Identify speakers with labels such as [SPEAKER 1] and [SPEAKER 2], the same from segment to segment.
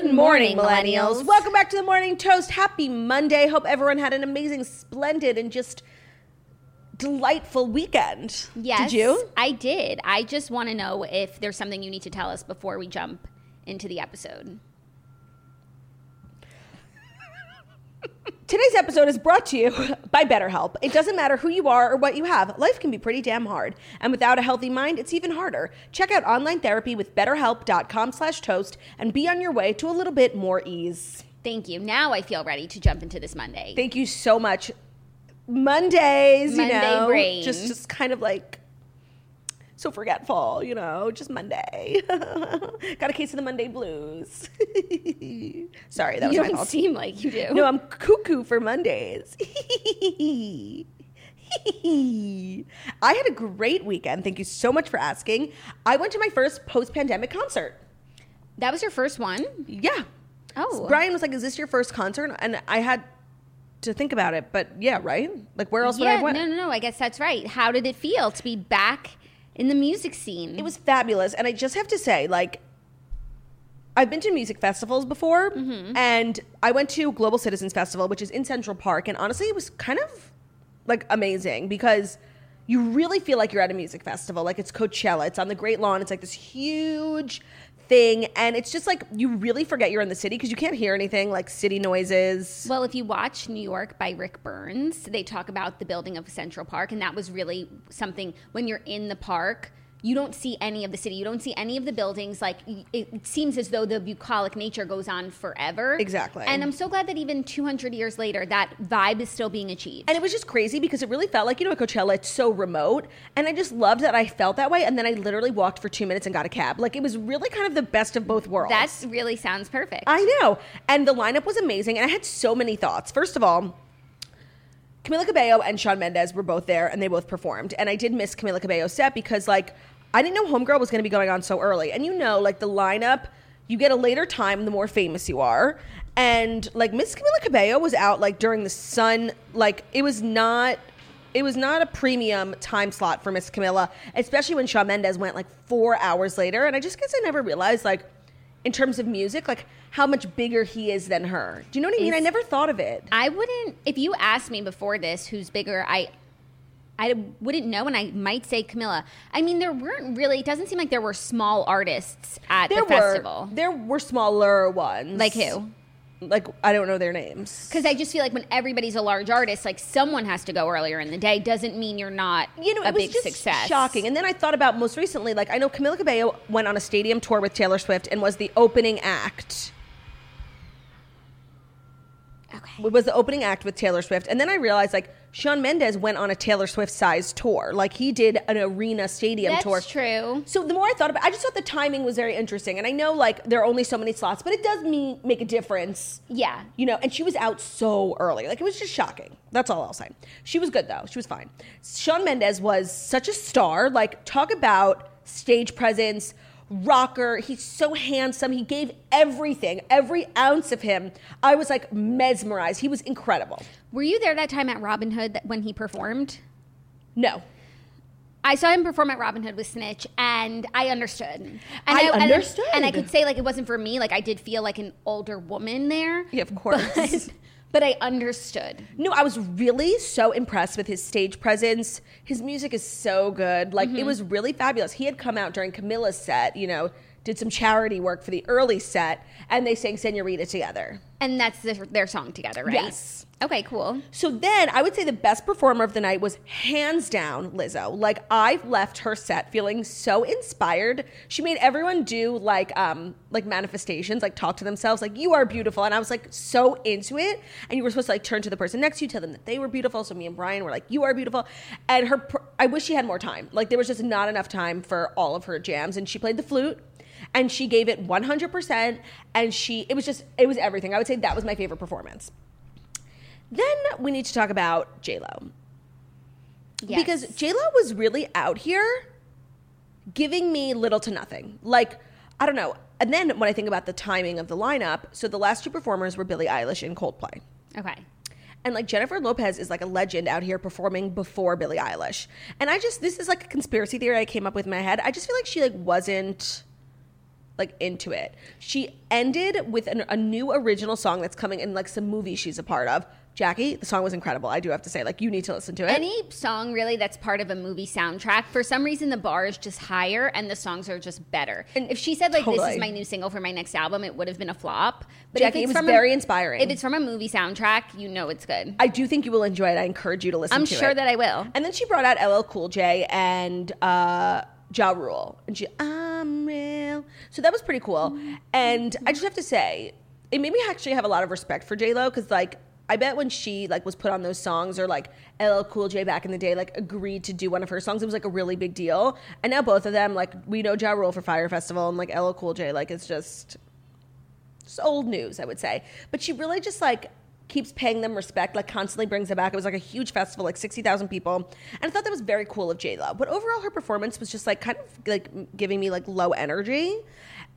[SPEAKER 1] Good morning, millennials. Welcome back to the Morning Toast. Happy Monday. Hope everyone had an amazing, splendid, and just delightful weekend.
[SPEAKER 2] Yes.
[SPEAKER 1] Did you?
[SPEAKER 2] I did. I just want to know if there's something you need to tell us before we jump into the episode.
[SPEAKER 1] Today's episode is brought to you by BetterHelp. It doesn't matter who you are or what you have, life can be pretty damn hard. And without a healthy mind, it's even harder. Check out online therapy with betterhelp.com slash toast and be on your way to a little bit more ease.
[SPEAKER 2] Thank you. Now I feel ready to jump into this Monday.
[SPEAKER 1] Thank you so much. Mondays, you
[SPEAKER 2] Monday
[SPEAKER 1] know,
[SPEAKER 2] brain.
[SPEAKER 1] just just kind of like so forgetful, you know, just Monday. Got a case of the Monday blues. Sorry, that was
[SPEAKER 2] you
[SPEAKER 1] my
[SPEAKER 2] don't
[SPEAKER 1] fault.
[SPEAKER 2] seem like you do.
[SPEAKER 1] No, I'm cuckoo for Mondays. I had a great weekend. Thank you so much for asking. I went to my first post-pandemic concert.
[SPEAKER 2] that was your first one.
[SPEAKER 1] Yeah.
[SPEAKER 2] Oh,
[SPEAKER 1] Brian was like, "Is this your first concert?" And I had to think about it, but yeah, right? Like where else would I
[SPEAKER 2] Yeah,
[SPEAKER 1] have went?
[SPEAKER 2] no, no, no. I guess that's right. How did it feel to be back in the music scene?
[SPEAKER 1] It was fabulous. And I just have to say, like, I've been to music festivals before,
[SPEAKER 2] Mm-hmm.
[SPEAKER 1] and I went to Global Citizens Festival, which is in Central Park. And honestly, it was kind of like amazing because you really feel like you're at a music festival. Like, it's Coachella, it's on the Great Lawn, it's like this huge thing. And it's just like you really forget you're in the city because you can't hear anything like city noises.
[SPEAKER 2] Well, if you watch New York by Rick Burns, they talk about the building of Central Park, and that was really something when you're in the park. You don't see any of the city. You don't see any of the buildings. Like y- it it seems as though the bucolic nature goes on forever.
[SPEAKER 1] Exactly.
[SPEAKER 2] And I'm so glad that even 200 years later, that vibe is still being achieved.
[SPEAKER 1] And it was just crazy because it really felt like, you know, at Coachella, it's so remote. And I just loved that I felt that way. And then I literally walked for two minutes and got a cab. Like, it was really kind of the best of both worlds.
[SPEAKER 2] that really sounds perfect.
[SPEAKER 1] I know. And the lineup was amazing. And I had so many thoughts. First of all, Camila Cabello and Sean Mendez were both there and they both performed. And I did miss Camila Cabello's set because, like, I didn't know Homegirl was going to be going on so early. And you know, like, the lineup, you get a later time the more famous you are. And, like, Miss Camila Cabello was out, like, during the sun. Like, it was not. It was not a premium time slot for Miss Camila, especially when Shawn Mendes went like four hours later. And I just guess I never realized, like, in terms of music, like how much bigger he is than her. Do you know what I mean?
[SPEAKER 2] Is-
[SPEAKER 1] I never thought of it.
[SPEAKER 2] I wouldn't. If you asked me before this, who's bigger, I, I wouldn't know, and I might say Camilla. I mean, there weren't really. It doesn't seem like there were small artists at
[SPEAKER 1] there
[SPEAKER 2] the
[SPEAKER 1] were
[SPEAKER 2] festival.
[SPEAKER 1] there were smaller ones
[SPEAKER 2] like who?
[SPEAKER 1] like i don't know their names
[SPEAKER 2] Because I just feel like when everybody's a large artist, like someone has to go earlier in the day. Doesn't mean you're not
[SPEAKER 1] you know
[SPEAKER 2] a
[SPEAKER 1] it was
[SPEAKER 2] big
[SPEAKER 1] just
[SPEAKER 2] success.
[SPEAKER 1] shocking and then i thought about most recently like i know camila cabello went on a stadium tour with taylor swift and was the opening act
[SPEAKER 2] okay.
[SPEAKER 1] was the opening act with taylor swift and then i realized like sean mendes went on a taylor swift sized tour like he did an arena stadium
[SPEAKER 2] That's
[SPEAKER 1] tour
[SPEAKER 2] true.
[SPEAKER 1] So the more I thought about, I just thought the timing was very interesting, and I know like there are only so many slots, but it does mean make a difference.
[SPEAKER 2] Yeah.
[SPEAKER 1] you know. And she was out so early, like it was just shocking. That's all I'll say. She was good though; she was fine. Sean Mendez was such a star. Like talk about stage presence, rocker. He's so handsome. He gave everything, every ounce of him. I was like mesmerized. He was incredible.
[SPEAKER 2] Were you there that time at Robin Hood that, when he performed?
[SPEAKER 1] No,
[SPEAKER 2] I saw him perform at Robin Hood with Snitch, and I understood. And
[SPEAKER 1] I
[SPEAKER 2] and-
[SPEAKER 1] understood.
[SPEAKER 2] and I could say like it wasn't for me. Like I did feel like an older woman there.
[SPEAKER 1] Yeah, of course.
[SPEAKER 2] But, but I understood.
[SPEAKER 1] No, I was really so impressed with his stage presence. His music is so good. Like it was really fabulous. He had come out during Camilla's set, you know, did some charity work for the early set, and they sang Senorita together.
[SPEAKER 2] And that's their, their song together, right?
[SPEAKER 1] Yes.
[SPEAKER 2] Okay, cool.
[SPEAKER 1] So then I would say the best performer of the night was hands down Lizzo. Like I left her set feeling so inspired. She made everyone do like um like manifestations, like talk to themselves, like you are beautiful. And I was like so into it. And you were supposed to like turn to the person next to you, tell them that they were beautiful. So me and Brian were like, you are beautiful. And her pr- I wish she had more time. Like there was just not enough time for all of her jams. And she played the flute and she gave it 100% and she it was just it was everything. I would say that was my favorite performance. Then we need to talk about J Lo
[SPEAKER 2] Yes.
[SPEAKER 1] because J Lo was really out here giving me little to nothing. Like I don't know. And then when I think about the timing of the lineup, so the last two performers were Billie Eilish and Coldplay.
[SPEAKER 2] okay.
[SPEAKER 1] And like Jennifer Lopez is like a legend out here performing before Billie Eilish. And I just this is like a conspiracy theory I came up with in my head. I just feel like she like wasn't like into it. She ended with an, a new original song that's coming in like some movie she's a part of. Jackie, the song was incredible. I do have to say, like you need to listen to it.
[SPEAKER 2] Any song really that's part of a movie soundtrack, for some reason the bar is just higher and the songs are just better.
[SPEAKER 1] And-
[SPEAKER 2] if she said like this
[SPEAKER 1] Totally.
[SPEAKER 2] is my new single for my next album, it would have been a flop. But
[SPEAKER 1] Jackie, it
[SPEAKER 2] if it's
[SPEAKER 1] was
[SPEAKER 2] from
[SPEAKER 1] very
[SPEAKER 2] a,
[SPEAKER 1] inspiring.
[SPEAKER 2] If it's from a movie soundtrack, you know it's good.
[SPEAKER 1] I do think you will enjoy it. I encourage you to listen
[SPEAKER 2] I'm
[SPEAKER 1] to it.
[SPEAKER 2] sure that I will.
[SPEAKER 1] And then she brought out LL Cool J and uh, Ja Rule. And she, I'm real. So that was pretty cool. And I just have to say, it made me actually have a lot of respect for J-Lo because, like, I bet when she like was put on those songs or like LL Cool J back in the day like agreed to do one of her songs, it was like a really big deal. And now both of them, like we know Ja Rule for Fire Festival and like LL Cool J, like it's just it's old news, I would say. But she really just like keeps paying them respect, like constantly brings it back. It was like a huge festival, like sixty thousand people, and I thought that was very cool of J Lo. But overall, her performance was just like kind of like giving me like low energy,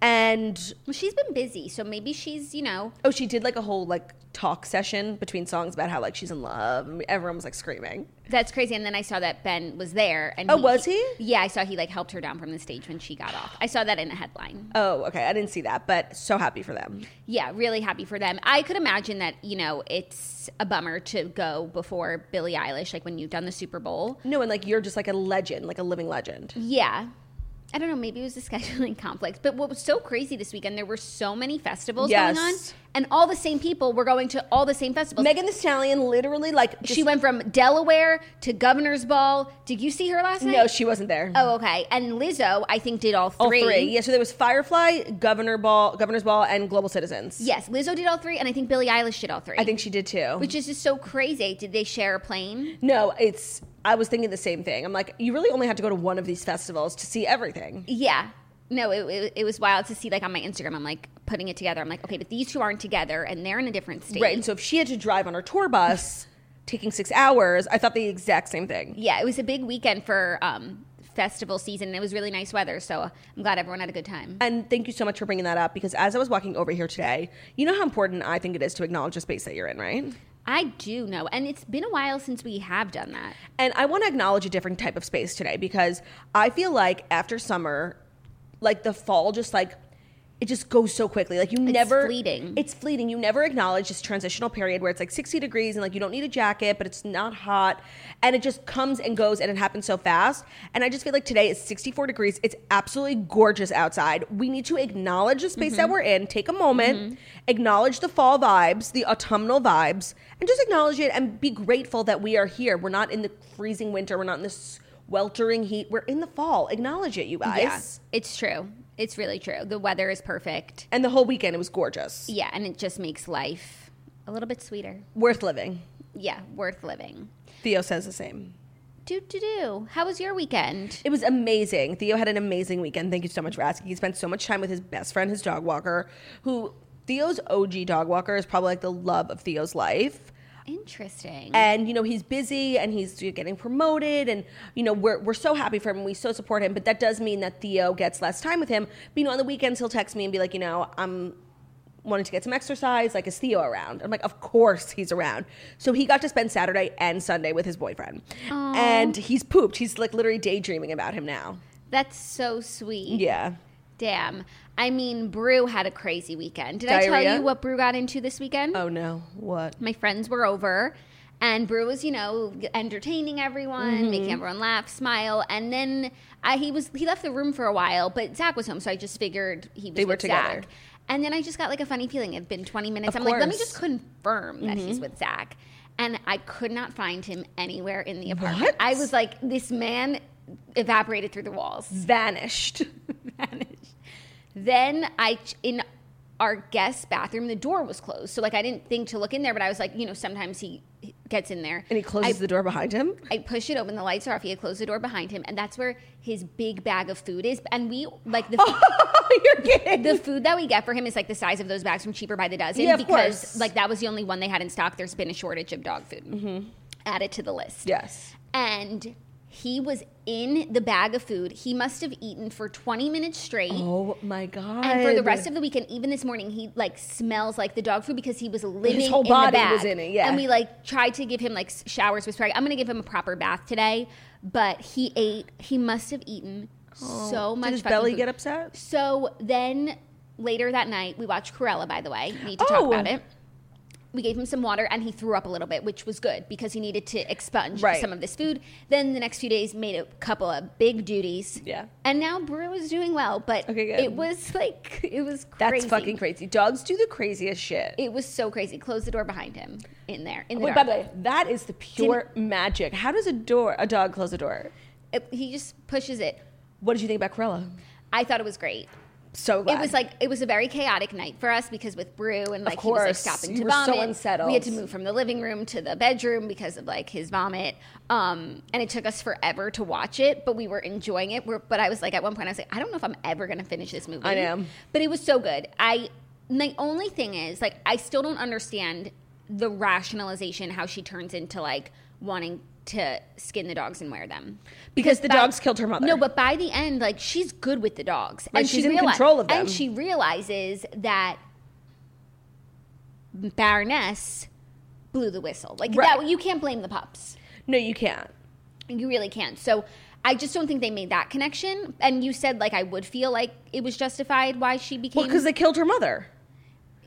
[SPEAKER 1] and
[SPEAKER 2] Well, she's been busy, so maybe she's you know
[SPEAKER 1] oh, she did like a whole like talk session between songs about how like she's in love. and Everyone was like screaming.
[SPEAKER 2] that's crazy. And then I saw that Ben was there. And
[SPEAKER 1] Oh, was he?
[SPEAKER 2] Yeah, I saw he like helped her down from the stage when she got off. I saw that in a headline.
[SPEAKER 1] Oh, okay, I didn't see that, but so happy for them.
[SPEAKER 2] Yeah, really happy for them. I could imagine that you know it's a bummer to go before Billie Eilish, like when you've done the Super Bowl.
[SPEAKER 1] No, and like you're just like a legend, like a living legend.
[SPEAKER 2] Yeah. I don't know, maybe it was a scheduling conflict. But what was so crazy this weekend, there were so many festivals
[SPEAKER 1] Yes.
[SPEAKER 2] going on, and all the same people were going to all the same festivals.
[SPEAKER 1] Megan Thee Stallion literally like
[SPEAKER 2] she went from Delaware to Governor's Ball. Did you see her last night?
[SPEAKER 1] No, she wasn't there.
[SPEAKER 2] Oh, okay. And Lizzo, I think, did all three.
[SPEAKER 1] All three. Yeah, so there was Firefly, Governor Ball, Governor's Ball, and Global Citizens.
[SPEAKER 2] Yes, Lizzo did all three, and I think Billie Eilish did all three.
[SPEAKER 1] I think she did too.
[SPEAKER 2] which is just so crazy. Did they share a plane?
[SPEAKER 1] no, it's I was thinking the same thing. I'm like, you really only have to go to one of these festivals to see everything.
[SPEAKER 2] Yeah. No, it, it, it was wild to see. Like on my Instagram, I'm like putting it together. I'm like, okay, but these two aren't together, and they're in a different state.
[SPEAKER 1] Right. And so if she had to drive on her tour bus, taking six hours, I thought the exact same thing.
[SPEAKER 2] yeah, it was a big weekend for um, festival season, and it was really nice weather. So I'm glad everyone had a good time.
[SPEAKER 1] And thank you so much for bringing that up because as I was walking over here today, you know how important I think it is to acknowledge the space that you're in, right?
[SPEAKER 2] I do know, and it's been a while since we have done that.
[SPEAKER 1] And I want to acknowledge a different type of space today because I feel like after summer, like the fall just like it just goes so quickly. Like you never
[SPEAKER 2] fleeting.
[SPEAKER 1] It's fleeting. You never acknowledge this transitional period where it's like 60 degrees and like you don't need a jacket, but it's not hot. And it just comes and goes and it happens so fast. And I just feel like today is 64 degrees. It's absolutely gorgeous outside. We need to acknowledge the space
[SPEAKER 2] Mm-hmm.
[SPEAKER 1] that we're in, take a moment, acknowledge the fall vibes, the autumnal vibes, and just acknowledge it and be grateful that we are here. We're not in the freezing winter, we're not in this weltering heat. We're in the fall. Acknowledge it, you guys.
[SPEAKER 2] Yeah, it's true. It's really true. The weather is perfect.
[SPEAKER 1] And the whole weekend it was gorgeous.
[SPEAKER 2] Yeah, and it just makes life a little bit sweeter.
[SPEAKER 1] Worth living.
[SPEAKER 2] Yeah, worth living.
[SPEAKER 1] Theo says the same.
[SPEAKER 2] Do do do. How was your weekend?
[SPEAKER 1] It was amazing. Theo had an amazing weekend. Thank you so much for asking. He spent so much time with his best friend, his dog walker, who Theo's OG dog walker is probably like the love of Theo's life.
[SPEAKER 2] Interesting.
[SPEAKER 1] And you know he's busy and he's getting promoted, and you know we're we're so happy for him. We so support him, but that does mean that Theo gets less time with him. But you know on the weekends he'll text me and be like, you know, I'm wanting to get some exercise. Like, is Theo around? I'm like, of course he's around. So he got to spend Saturday and Sunday with his boyfriend, and he's pooped. He's like literally daydreaming about him now.
[SPEAKER 2] That's so sweet.
[SPEAKER 1] Yeah.
[SPEAKER 2] Damn. I mean, Brew had a crazy weekend. Did I tell
[SPEAKER 1] Diarrhea?
[SPEAKER 2] you what Brew got into this weekend?
[SPEAKER 1] Oh no. What?
[SPEAKER 2] My friends were over And Brew was, you know, entertaining everyone,
[SPEAKER 1] Mm-hmm.
[SPEAKER 2] making everyone laugh, smile, and then I, he was he left the room for a while, but Zach was home, so I just figured he was
[SPEAKER 1] They were
[SPEAKER 2] with
[SPEAKER 1] together.
[SPEAKER 2] Zach. And then I just got like a funny feeling. It'd been 20 minutes.
[SPEAKER 1] Of
[SPEAKER 2] I'm like, let me
[SPEAKER 1] course. Mm-hmm.
[SPEAKER 2] just confirm that he's with Zach. And I could not find him anywhere in the apartment.
[SPEAKER 1] What?
[SPEAKER 2] I was like, this man evaporated through the walls
[SPEAKER 1] Vanished.
[SPEAKER 2] vanished. Then I ch- in our guest bathroom, the door was closed, so like I didn't think to look in there, but I was like, you know, sometimes he he gets in there
[SPEAKER 1] And he closes
[SPEAKER 2] I,
[SPEAKER 1] the door behind him.
[SPEAKER 2] I push it open, the lights are off. He had closed the door behind him, and that's where his big bag of food is. And we like the.
[SPEAKER 1] Oh, You're kidding.
[SPEAKER 2] The food that we get for him is like the size of those bags from Cheaper by the Dozen
[SPEAKER 1] Yeah, of
[SPEAKER 2] because
[SPEAKER 1] course.
[SPEAKER 2] like that was the only one they had in stock. There's been a shortage of dog food.
[SPEAKER 1] Mm-hmm.
[SPEAKER 2] Added to the list
[SPEAKER 1] yes.
[SPEAKER 2] and he was in the bag of food. He must have eaten for 20 minutes straight.
[SPEAKER 1] Oh my god.
[SPEAKER 2] And for the rest of the weekend, even this morning, he like smells like the dog food because he was living
[SPEAKER 1] whole
[SPEAKER 2] in
[SPEAKER 1] body
[SPEAKER 2] the bag.
[SPEAKER 1] was in it, yeah.
[SPEAKER 2] And we like tried to give him like s- showers with spray. I'm gonna give him a proper bath today, but he ate. He must have eaten so much.
[SPEAKER 1] Oh. Did his
[SPEAKER 2] fucking
[SPEAKER 1] belly
[SPEAKER 2] food.
[SPEAKER 1] get upset?
[SPEAKER 2] So then later that night, we watched Cruella, by the way. Need to
[SPEAKER 1] Oh.
[SPEAKER 2] talk about it. We gave him some water and he threw up a little bit, which was good because he needed to expunge
[SPEAKER 1] Right.
[SPEAKER 2] some of this food. Then the next few days made a couple of big duties.
[SPEAKER 1] Yeah.
[SPEAKER 2] And now Brew is doing well, but
[SPEAKER 1] Okay, good.
[SPEAKER 2] it was like, it was
[SPEAKER 1] That's
[SPEAKER 2] crazy.
[SPEAKER 1] fucking crazy. Dogs do the craziest shit.
[SPEAKER 2] It was so crazy. Close the door behind him in there. In the
[SPEAKER 1] Wait, by
[SPEAKER 2] dark.
[SPEAKER 1] the way, that is the pure magic. How does a door a dog close a door?
[SPEAKER 2] It- he just pushes it.
[SPEAKER 1] What did you think about Cruella?
[SPEAKER 2] I thought it was great.
[SPEAKER 1] So glad.
[SPEAKER 2] It was like it was a very chaotic night for us because with Brew and like he
[SPEAKER 1] course.
[SPEAKER 2] was like stopping
[SPEAKER 1] You
[SPEAKER 2] to
[SPEAKER 1] were so
[SPEAKER 2] vomit.
[SPEAKER 1] unsettled.
[SPEAKER 2] We had to move from the living room to the bedroom because of like his vomit. Um, and it took us forever to watch it, but we were enjoying it. We're, but I was like at one point I was like I don't know if I'm ever going to finish this movie.
[SPEAKER 1] I know.
[SPEAKER 2] But it was so good. I my only thing is like I still don't understand the rationalization how she turns into like wanting to skin the dogs and wear them
[SPEAKER 1] Because the
[SPEAKER 2] by-
[SPEAKER 1] dogs killed her mother.
[SPEAKER 2] No, but by the end, like she's good with the dogs,
[SPEAKER 1] Right, she's in control of them.
[SPEAKER 2] and she realizes that Baroness blew the whistle. Like
[SPEAKER 1] Right.
[SPEAKER 2] that, you can't blame the pups.
[SPEAKER 1] no, you can't.
[SPEAKER 2] You really can't. So I just don't think they made that connection. And you said like I would feel like it was justified why she became.
[SPEAKER 1] Well, because they killed her mother.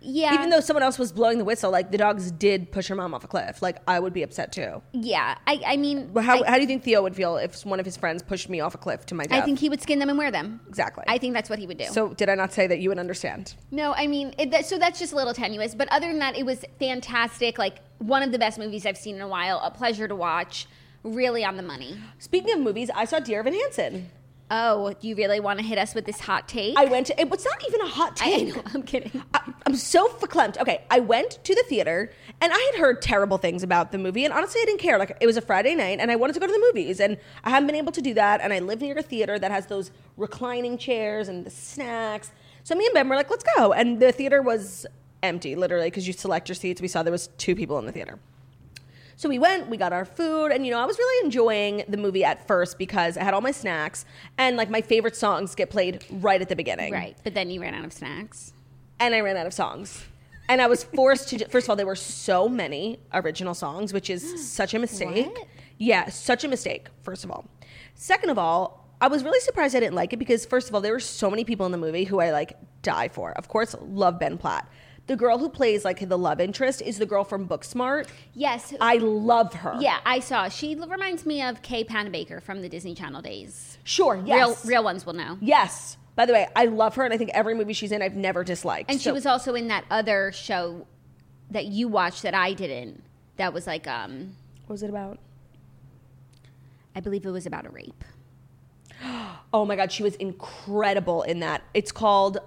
[SPEAKER 2] yeah,
[SPEAKER 1] Even though someone else was blowing the whistle, like the dogs did push her mom off a cliff. Like I would be upset too.
[SPEAKER 2] yeah, I I mean,
[SPEAKER 1] But how,
[SPEAKER 2] I,
[SPEAKER 1] how do you think Theo would feel if one of his friends pushed me off a cliff to my
[SPEAKER 2] I
[SPEAKER 1] death?
[SPEAKER 2] think he would skin them and wear them.
[SPEAKER 1] Exactly.
[SPEAKER 2] I think that's what he would do.
[SPEAKER 1] so did I not say that you would understand?
[SPEAKER 2] No, I mean, it, that, so that's just a little tenuous. But other than that, it was fantastic. Like one of the best movies I've seen in a while. A pleasure to watch. Really on the money.
[SPEAKER 1] Speaking of movies, I saw Dear Evan Hansen.
[SPEAKER 2] Oh, do you really want to hit us with this hot take?
[SPEAKER 1] I went to it was not even a hot
[SPEAKER 2] I
[SPEAKER 1] take.
[SPEAKER 2] know, I'm kidding.
[SPEAKER 1] I, I'm so verklempt. Okay, I went to the theater and I had heard terrible things about the movie, and honestly, I didn't care. Like, it was a Friday night and I wanted to go to the movies, and I haven't been able to do that. And I live near a theater that has those reclining chairs and the snacks. So me and Ben were like, let's go. And the theater was empty, literally, because you select your seats. We saw there was two people in the theater. So we went, we got our food, and you know, I was really enjoying the movie at first because I had all my snacks and like my favorite songs get played right at the beginning
[SPEAKER 2] right, but then you ran out of snacks.
[SPEAKER 1] and I ran out of songs. And I was forced to. ju- First of all, there were so many original songs, which is such a mistake.
[SPEAKER 2] What?
[SPEAKER 1] Yeah, such a mistake. First of all, second of all, I was really surprised I didn't like it because first of all, there were so many people in the movie who I like die for. Of course, love Ben Platt. The girl who plays like the love interest is the girl from Booksmart.
[SPEAKER 2] Yes.
[SPEAKER 1] I love her.
[SPEAKER 2] Uh, yeah, I saw. She l- reminds me of Kay Panabaker from the Disney Channel days.
[SPEAKER 1] sure. Yes,
[SPEAKER 2] Real, real ones will know.
[SPEAKER 1] Yes. By the way, I love her, and I think every movie she's in, I've never disliked.
[SPEAKER 2] And she
[SPEAKER 1] So-
[SPEAKER 2] was also in that other show that you watched that I didn't. That was like, um,
[SPEAKER 1] What was it about?
[SPEAKER 2] I believe it was about a rape.
[SPEAKER 1] Oh my god, she was incredible in that. It's called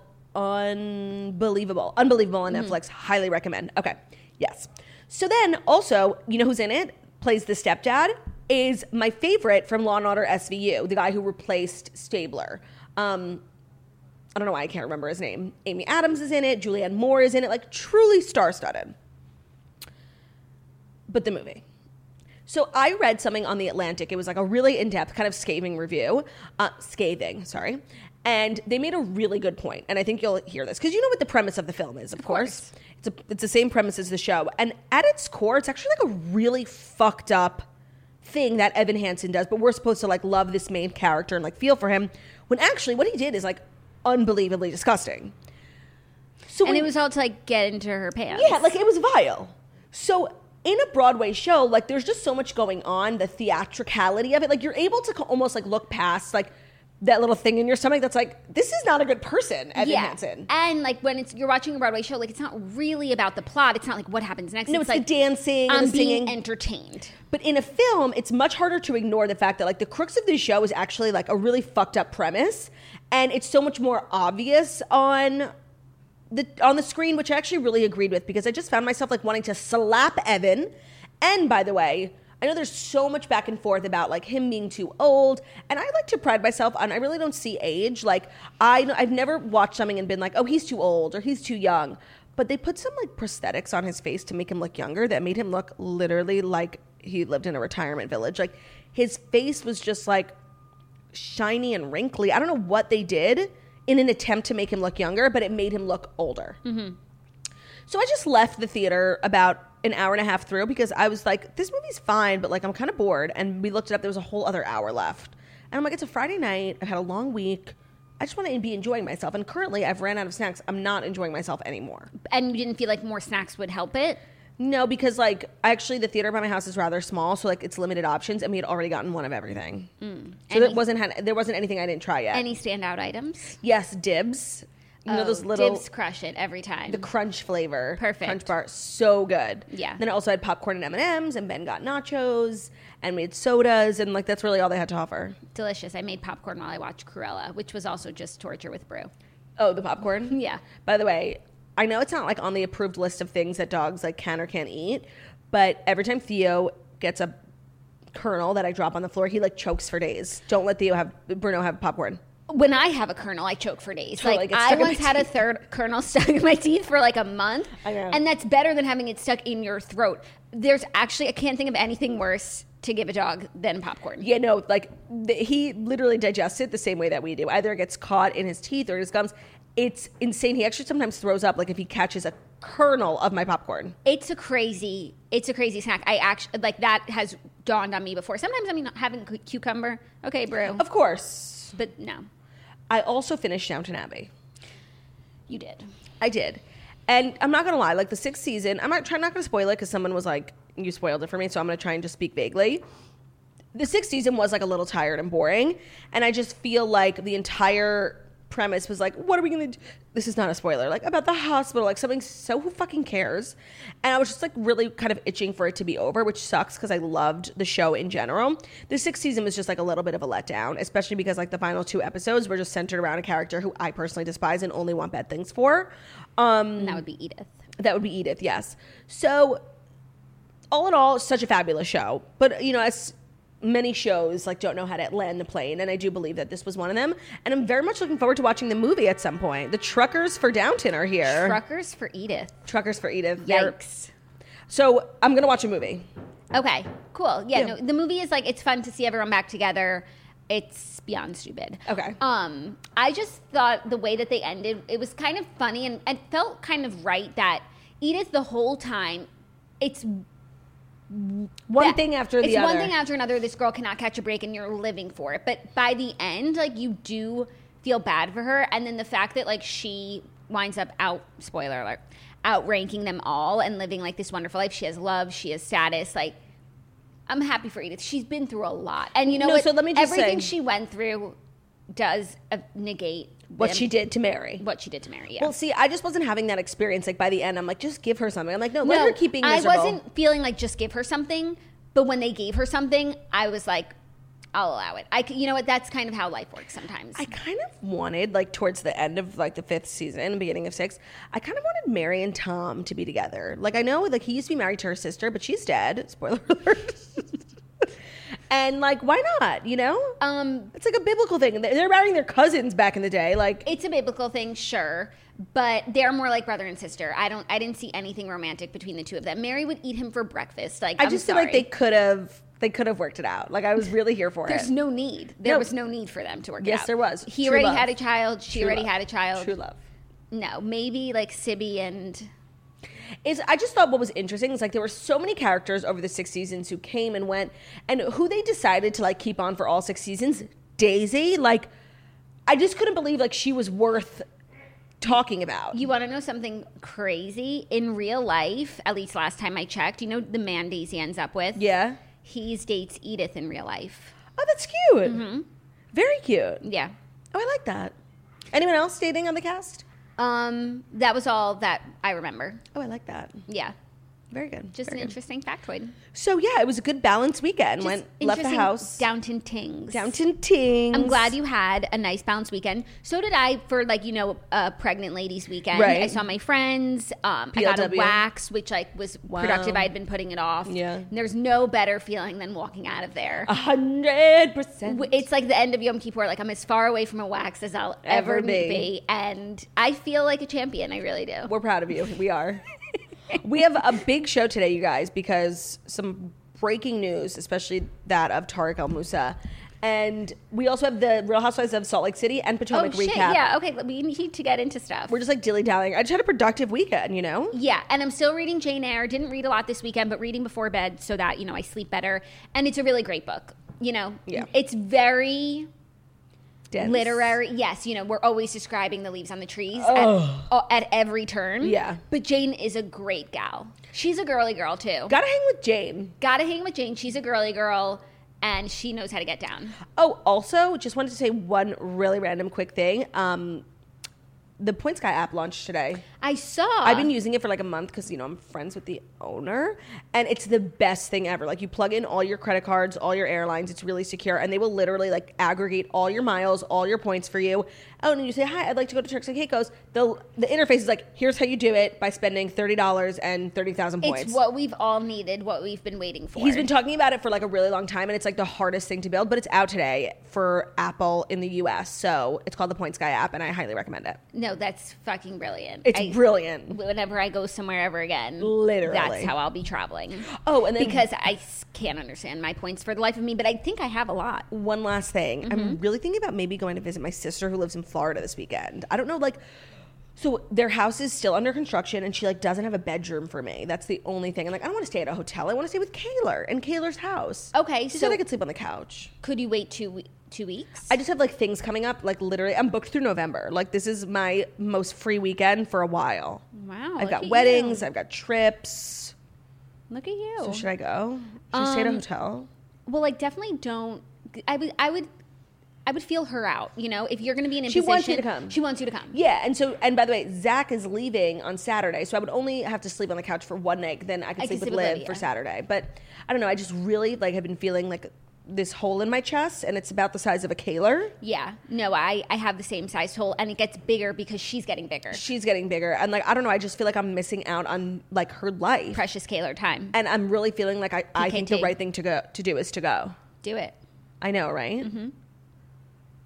[SPEAKER 1] Unbelievable. Unbelievable on Netflix. Highly recommend. Okay. Yes. So then also, you know who's in it? Plays the stepdad is my favorite from Law and Order SVU, the guy who replaced Stabler. Um I don't know why I can't remember his name. Amy Adams is in it, Julianne Moore is in it, like truly star-studded. But the movie. So I read something on The Atlantic. It was like a really in depth, kind of scathing review, uh, scathing, sorry. And they made a really good point, and I think you'll hear this because you know what the premise of the film is, of, course. It's a, it's the same premise as the show, and at its core, it's actually like a really fucked up thing that Evan Hansen does. But we're supposed to like love this main character and like feel for him, when actually what he did is like unbelievably disgusting. So
[SPEAKER 2] and
[SPEAKER 1] when-
[SPEAKER 2] it was all to like get into her pants.
[SPEAKER 1] yeah, like it was vile. So in a Broadway show, like there's just so much going on, the theatricality of it. Like you're able to co- almost like look past like that little thing in your stomach that's like, this is not a good person, Evan Hansen.
[SPEAKER 2] And like when it's you're watching a Broadway show, like it's not really about the plot. It's not like what happens next.
[SPEAKER 1] No, it's the
[SPEAKER 2] like
[SPEAKER 1] dancing and
[SPEAKER 2] I'm
[SPEAKER 1] the
[SPEAKER 2] being
[SPEAKER 1] singing.
[SPEAKER 2] entertained.
[SPEAKER 1] But in a film, it's much harder to ignore the fact that like the crux of this show is actually like a really fucked up premise, and it's so much more obvious on the on the screen, which I actually really agreed with because I just found myself like wanting to slap Evan. And by the way, I know there's so much back and forth about like him being too old, and I like to pride myself on I really don't see age. Like I I've never watched something and been like, "Oh, he's too old" or "He's too young." But they put some like prosthetics on his face to make him look younger that made him look literally like he lived in a retirement village. Like his face was just like shiny and wrinkly. I don't know what they did in an attempt to make him look younger, but it made him look older. So I just left the theater about an hour and a half through because I was like, this movie's fine, but like I'm kind of bored. And we looked it up, there was a whole other hour left. And I'm like, it's a Friday night. I've had a long week. I just want to be enjoying myself. And currently, I've ran out of snacks. I'm not enjoying myself anymore.
[SPEAKER 2] And you didn't feel like more snacks would help it.
[SPEAKER 1] No, because like actually, the theater by my house is rather small, so like it's limited options, and we had already gotten one of everything. So there
[SPEAKER 2] Any-
[SPEAKER 1] wasn't had, there wasn't anything I didn't try yet.
[SPEAKER 2] Any standout items?
[SPEAKER 1] Yes, dibs. You know those
[SPEAKER 2] Oh,
[SPEAKER 1] little
[SPEAKER 2] dibs crush it every time.
[SPEAKER 1] the crunch flavor,
[SPEAKER 2] Perfect.
[SPEAKER 1] crunch bar, so good.
[SPEAKER 2] Yeah.
[SPEAKER 1] Then I also had popcorn and M and M's, and Ben got nachos, and we had sodas, and like that's really all they had to offer.
[SPEAKER 2] Delicious. I made popcorn while I watched Cruella, which was also just torture with brew.
[SPEAKER 1] Oh, the popcorn.
[SPEAKER 2] Yeah.
[SPEAKER 1] By the way, I know it's not like on the approved list of things that dogs like can or can't eat, but every time Theo gets a kernel that I drop on the floor, he like chokes for days. Don't let Theo have Bruno have popcorn.
[SPEAKER 2] When I have a kernel, I choke for days.
[SPEAKER 1] Totally
[SPEAKER 2] like
[SPEAKER 1] gets stuck
[SPEAKER 2] I
[SPEAKER 1] in my
[SPEAKER 2] once had a
[SPEAKER 1] teeth.
[SPEAKER 2] third kernel stuck in my teeth for like a month,
[SPEAKER 1] I know.
[SPEAKER 2] and that's better than having it stuck in your throat. There's actually I can't think of anything worse to give a dog than popcorn.
[SPEAKER 1] Yeah, no, like th- he literally digests it the same way that we do. Either it gets caught in his teeth or his gums. It's insane. He actually sometimes throws up, like if he catches a kernel of my popcorn.
[SPEAKER 2] It's a crazy, it's a crazy snack. I actually like that has dawned on me before. Sometimes I mean having cu- cucumber, okay, brew,
[SPEAKER 1] Of course.
[SPEAKER 2] but no,
[SPEAKER 1] I also finished Downton Abbey.
[SPEAKER 2] you did.
[SPEAKER 1] I did. And I'm not gonna lie, like the sixth season, I'm not trying not gonna spoil it because someone was like, "You spoiled it for me," so I'm gonna try and just speak vaguely. The sixth season was like a little tired and boring, and I just feel like the entire premise was like, "What are we gonna?" do? This is not a spoiler, like about the hospital, like something so who fucking cares? And I was just like really kind of itching for it to be over, which sucks because I loved the show in general. The sixth season was just like a little bit of a letdown, especially because like the final two episodes were just centered around a character who I personally despise and only want bad things for.
[SPEAKER 2] And
[SPEAKER 1] Mm.
[SPEAKER 2] that would be Edith.
[SPEAKER 1] That would be Edith, yes. So, all in all, such a fabulous show. But you know, as many shows like don't know how to land the plane, and I do believe that this was one of them. And I'm very much looking forward to watching the movie at some point. The Truckers for Downton are here.
[SPEAKER 2] Truckers for Edith.
[SPEAKER 1] Truckers for Edith. They're-
[SPEAKER 2] Yikes.
[SPEAKER 1] So I'm gonna watch a movie.
[SPEAKER 2] Okay, cool. Yeah,
[SPEAKER 1] Yeah.
[SPEAKER 2] No, the movie is like it's fun to see everyone back together. It's beyond stupid.
[SPEAKER 1] Okay.
[SPEAKER 2] Um, I just thought the way that they ended, it was kind of funny and it felt kind of right that Edith the whole time, it's
[SPEAKER 1] One
[SPEAKER 2] that-
[SPEAKER 1] thing after the
[SPEAKER 2] it's
[SPEAKER 1] other.
[SPEAKER 2] one thing after another. This girl cannot catch a break, and you're living for it. But by the end, like you do feel bad for her, and then the fact that like she winds up out spoiler alert outranking them all and living like this wonderful life. She has love. She has status. Like. I'm happy for Edith. She's been through a lot, and you know
[SPEAKER 1] No,
[SPEAKER 2] what?
[SPEAKER 1] so let me just
[SPEAKER 2] Everything
[SPEAKER 1] say-
[SPEAKER 2] she went through does uh, negate
[SPEAKER 1] what
[SPEAKER 2] the-
[SPEAKER 1] she did to Mary.
[SPEAKER 2] What she did to Mary. Yeah.
[SPEAKER 1] Well, see, I just wasn't having that experience. Like by the end, I'm like, just give her something. I'm like, no, let her keep being miserable.
[SPEAKER 2] I wasn't feeling like just give her something, but when they gave her something, I was like, I'll allow it. I, c- you know what? That's kind of how life works sometimes.
[SPEAKER 1] I kind of wanted, like, towards the end of like the fifth season, beginning of sixth, I kind of wanted Mary and Tom to be together. Like, I know, like, he used to be married to her sister, but she's dead. Spoiler alert. and like, why not? You know,
[SPEAKER 2] um,
[SPEAKER 1] it's like a biblical thing. They're they're marrying their cousins back in the day. Like,
[SPEAKER 2] it's a biblical thing, sure, but they're more like brother and sister. I don't. I didn't see anything romantic between the two of them. Mary would eat him for breakfast. Like
[SPEAKER 1] I
[SPEAKER 2] I'm
[SPEAKER 1] just feel
[SPEAKER 2] sorry.
[SPEAKER 1] like they could have, they could have worked it out. Like, I was really here for
[SPEAKER 2] There's
[SPEAKER 1] it.
[SPEAKER 2] no need. There
[SPEAKER 1] No.
[SPEAKER 2] was no need for them to work. it
[SPEAKER 1] Yes,
[SPEAKER 2] out.
[SPEAKER 1] there was.
[SPEAKER 2] He
[SPEAKER 1] True
[SPEAKER 2] already
[SPEAKER 1] love.
[SPEAKER 2] had a child. She
[SPEAKER 1] True
[SPEAKER 2] already
[SPEAKER 1] love.
[SPEAKER 2] had a child.
[SPEAKER 1] True love.
[SPEAKER 2] No, maybe like Sibby and
[SPEAKER 1] is I just thought what was interesting is like there were so many characters over the six seasons who came and went, and who they decided to like keep on for all six seasons. Daisy, like, I just couldn't believe like she was worth talking about.
[SPEAKER 2] You want to know something crazy? In real life, at least last time I checked, you know the man Daisy ends up with?
[SPEAKER 1] yeah.
[SPEAKER 2] He dates Edith in real life.
[SPEAKER 1] Oh, that's cute.
[SPEAKER 2] Mm-hmm.
[SPEAKER 1] Very cute.
[SPEAKER 2] Yeah.
[SPEAKER 1] Oh, I like that. Anyone else dating on the cast?
[SPEAKER 2] Um, that was all that I remember.
[SPEAKER 1] Oh, I like that.
[SPEAKER 2] Yeah.
[SPEAKER 1] Very good.
[SPEAKER 2] Just an
[SPEAKER 1] Very good.
[SPEAKER 2] interesting factoid.
[SPEAKER 1] So yeah, it was a good balance weekend.
[SPEAKER 2] Just
[SPEAKER 1] Went left the
[SPEAKER 2] interesting
[SPEAKER 1] house
[SPEAKER 2] Downton Tings.
[SPEAKER 1] Downton Tings.
[SPEAKER 2] I'm glad you had a nice bounce weekend. So did I for like you know a pregnant ladies weekend.
[SPEAKER 1] Right.
[SPEAKER 2] I saw my friends. Um, I got a
[SPEAKER 1] PLW.
[SPEAKER 2] wax, which like was productive. I had been putting it off.
[SPEAKER 1] Yeah.
[SPEAKER 2] And there's no better feeling than walking out of there.
[SPEAKER 1] a hundred percent.
[SPEAKER 2] W- It's like the end of Yom Kippur. Like I'm as far away from a wax as I'll
[SPEAKER 1] Ever
[SPEAKER 2] ever,
[SPEAKER 1] be.
[SPEAKER 2] be. and I feel like a champion. I really do.
[SPEAKER 1] We're proud of you. We are. we have a big show today, you guys, because some breaking news, especially that of Tariq El Musa, and we also have the Real Housewives of Salt Lake City and
[SPEAKER 2] oh
[SPEAKER 1] Potomac
[SPEAKER 2] shit!
[SPEAKER 1] recap.
[SPEAKER 2] Yeah. Okay. We need to get into stuff.
[SPEAKER 1] We're just like dilly dallying. I just had a productive weekend, you know.
[SPEAKER 2] Yeah, and I'm still reading Jane Eyre. Didn't read a lot this weekend, but reading before bed so that, you know, I sleep better. And it's a really great book. You know,
[SPEAKER 1] Yeah.
[SPEAKER 2] it's very
[SPEAKER 1] Dense.
[SPEAKER 2] literary. Yes, you know, we're always describing the leaves on the trees at, uh, at every turn.
[SPEAKER 1] Yeah.
[SPEAKER 2] But Jane is a great gal. She's a girly girl, too.
[SPEAKER 1] Gotta hang with Jane.
[SPEAKER 2] Gotta hang with Jane. She's a girly girl, and she knows how to get down.
[SPEAKER 1] Oh, also, just wanted to say one really random quick thing. Um, the Point Sky app launched today.
[SPEAKER 2] I saw.
[SPEAKER 1] I've been using it for like a month because you know I'm friends with the owner, and it's the best thing ever. Like you plug in all your credit cards, all your airlines. It's really secure, and they will literally like aggregate all your miles, all your points for you. Oh, and you say hi, I'd like to go to Turks and Caicos. The the interface is like, here's how you do it by spending thirty dollars and thirty thousand points.
[SPEAKER 2] It's what we've all needed, what we've been waiting for.
[SPEAKER 1] He's been talking about it for like a really long time, and it's like the hardest thing to build, but it's out today for Apple in the U.S. So it's called the Point Sky app, and I highly recommend it.
[SPEAKER 2] No, that's fucking brilliant.
[SPEAKER 1] It's
[SPEAKER 2] I-
[SPEAKER 1] brilliant.
[SPEAKER 2] Whenever I go somewhere ever again,
[SPEAKER 1] Literally.
[SPEAKER 2] that's how I'll be traveling.
[SPEAKER 1] Oh, and then
[SPEAKER 2] because I s- can't understand my points for the life of me, but I think I have a lot.
[SPEAKER 1] one last thing. I'm
[SPEAKER 2] Mm-hmm.
[SPEAKER 1] really thinking about maybe going to visit my sister who lives in Florida this weekend. I don't know, like, so their house is still under construction, and she like doesn't have a bedroom for me. That's the only thing. And like, I don't want to stay at a hotel. I want to stay with Kaylor and Kaylor's house.
[SPEAKER 2] Okay,
[SPEAKER 1] she
[SPEAKER 2] so-
[SPEAKER 1] said I could sleep on the couch.
[SPEAKER 2] Could you wait two we- two weeks?
[SPEAKER 1] I just have like things coming up. Like literally, I'm booked through November. Like this is my most free weekend for a while.
[SPEAKER 2] wow,
[SPEAKER 1] I've
[SPEAKER 2] look at
[SPEAKER 1] got
[SPEAKER 2] you.
[SPEAKER 1] weddings. I've got trips.
[SPEAKER 2] Look at you.
[SPEAKER 1] So should I go? Should I
[SPEAKER 2] Um,
[SPEAKER 1] stay at a hotel?
[SPEAKER 2] well, like definitely don't. I would. I would. I would feel her out. You know, if you're going to be in a
[SPEAKER 1] She
[SPEAKER 2] position,
[SPEAKER 1] wants you to come.
[SPEAKER 2] She wants you to come.
[SPEAKER 1] Yeah, and so and by the way, Zach is leaving on Saturday, so I would only have to sleep on the couch for one night. Then I could
[SPEAKER 2] I
[SPEAKER 1] sleep
[SPEAKER 2] could
[SPEAKER 1] with
[SPEAKER 2] sleep with
[SPEAKER 1] Liv
[SPEAKER 2] Liv,
[SPEAKER 1] for
[SPEAKER 2] yeah.
[SPEAKER 1] Saturday. But I don't know. I just really like have been feeling like this hole in my chest, and it's about the size of a Kaler.
[SPEAKER 2] Yeah. No, I I have the same size hole, and it gets bigger because she's getting bigger.
[SPEAKER 1] She's getting bigger, and like I don't know. I just feel like I'm missing out on like her life,
[SPEAKER 2] Precious Kaler time.
[SPEAKER 1] and I'm really feeling like I, I think the
[SPEAKER 2] PKT.
[SPEAKER 1] right thing to go to do is to go.
[SPEAKER 2] Do it.
[SPEAKER 1] I know, right? Mm-hmm.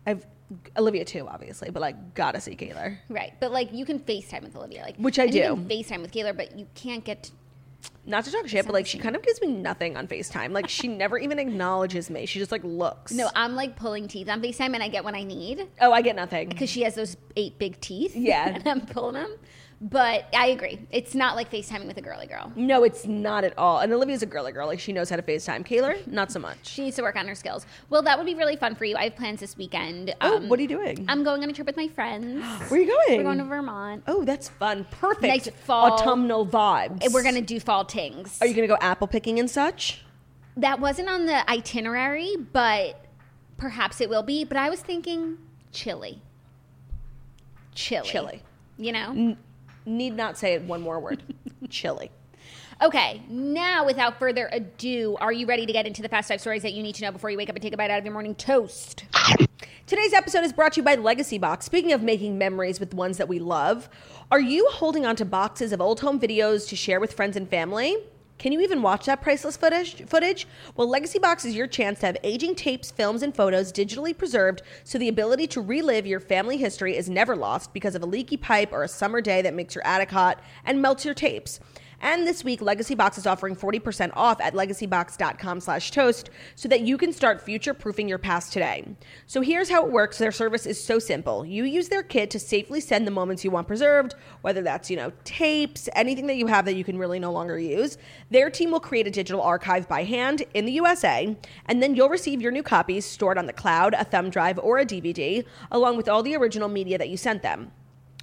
[SPEAKER 1] I've Olivia too, obviously, but like gotta see Kaler.
[SPEAKER 2] Right. But like you can FaceTime with Olivia, like
[SPEAKER 1] Which I
[SPEAKER 2] and
[SPEAKER 1] do.
[SPEAKER 2] You can FaceTime with Gaylor, but you can't get to,
[SPEAKER 1] Not to talk shit, but like she kind of gives me nothing on FaceTime. Like she never even acknowledges me. She just like looks.
[SPEAKER 2] No, I'm like pulling teeth on FaceTime and I get what I need
[SPEAKER 1] Oh, I get nothing.
[SPEAKER 2] because she has those eight big teeth.
[SPEAKER 1] Yeah.
[SPEAKER 2] and I'm pulling them. But I agree. It's not like FaceTiming with a girly girl.
[SPEAKER 1] No, it's not at all. And Olivia's a girly girl. Like she knows how to FaceTime. Kaylor, not so much.
[SPEAKER 2] She needs to work on her skills. Well, that would be really fun for you. I have plans this weekend. Um,
[SPEAKER 1] Oh, what are you doing?
[SPEAKER 2] I'm going on a trip with my friends.
[SPEAKER 1] Where are you going?
[SPEAKER 2] We're going to Vermont.
[SPEAKER 1] oh, that's fun. Perfect.
[SPEAKER 2] Nice fall-
[SPEAKER 1] Autumnal vibes.
[SPEAKER 2] And We're going to do fall tings.
[SPEAKER 1] Are you gonna go apple picking and such?
[SPEAKER 2] that wasn't on the itinerary, but perhaps it will be. But I was thinking chili. Chili.
[SPEAKER 1] Chili.
[SPEAKER 2] You know?
[SPEAKER 1] Need not say it one more word. Chilly.
[SPEAKER 2] Okay, now without further ado, are you ready to get into the fast five stories that you need to know before you wake up and take a bite out of your morning toast?
[SPEAKER 1] Today's episode is brought to you by Legacy Box. Speaking of making memories with the ones that we love, are you holding on to boxes of old home videos to share with friends and family? Can you even watch that priceless footage? Footage? Well, Legacy Box is your chance to have aging tapes, films, and photos digitally preserved, so the ability to relive your family history is never lost because of a leaky pipe or a summer day that makes your attic hot and melts your tapes. And this week, Legacy Box is offering 40% off at legacybox.com slash toast so that you can start future-proofing your past today. So here's how it works. Their service is so simple. You use their kit to safely send the moments you want preserved, whether that's, you know, tapes, anything that you have that you can really no longer use. Their team will create a digital archive by hand in the USA, and then you'll receive your new copies stored on the cloud, a thumb drive, or a DVD, along with all the original media that you sent them.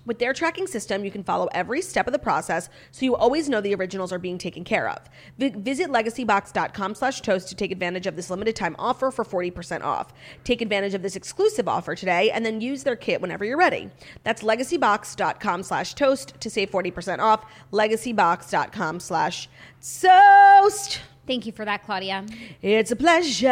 [SPEAKER 1] With their tracking system, you can follow every step of the process so you always know the originals are being taken care of. Vi- visit legacybox.com slash toast to take advantage of this limited time offer for 40% off. Take advantage of this exclusive offer today and then use their kit whenever you're ready. That's legacybox.com slash toast to save 40% off. Legacybox.com slash toast.
[SPEAKER 2] Thank you for that, Claudia.
[SPEAKER 1] It's a pleasure.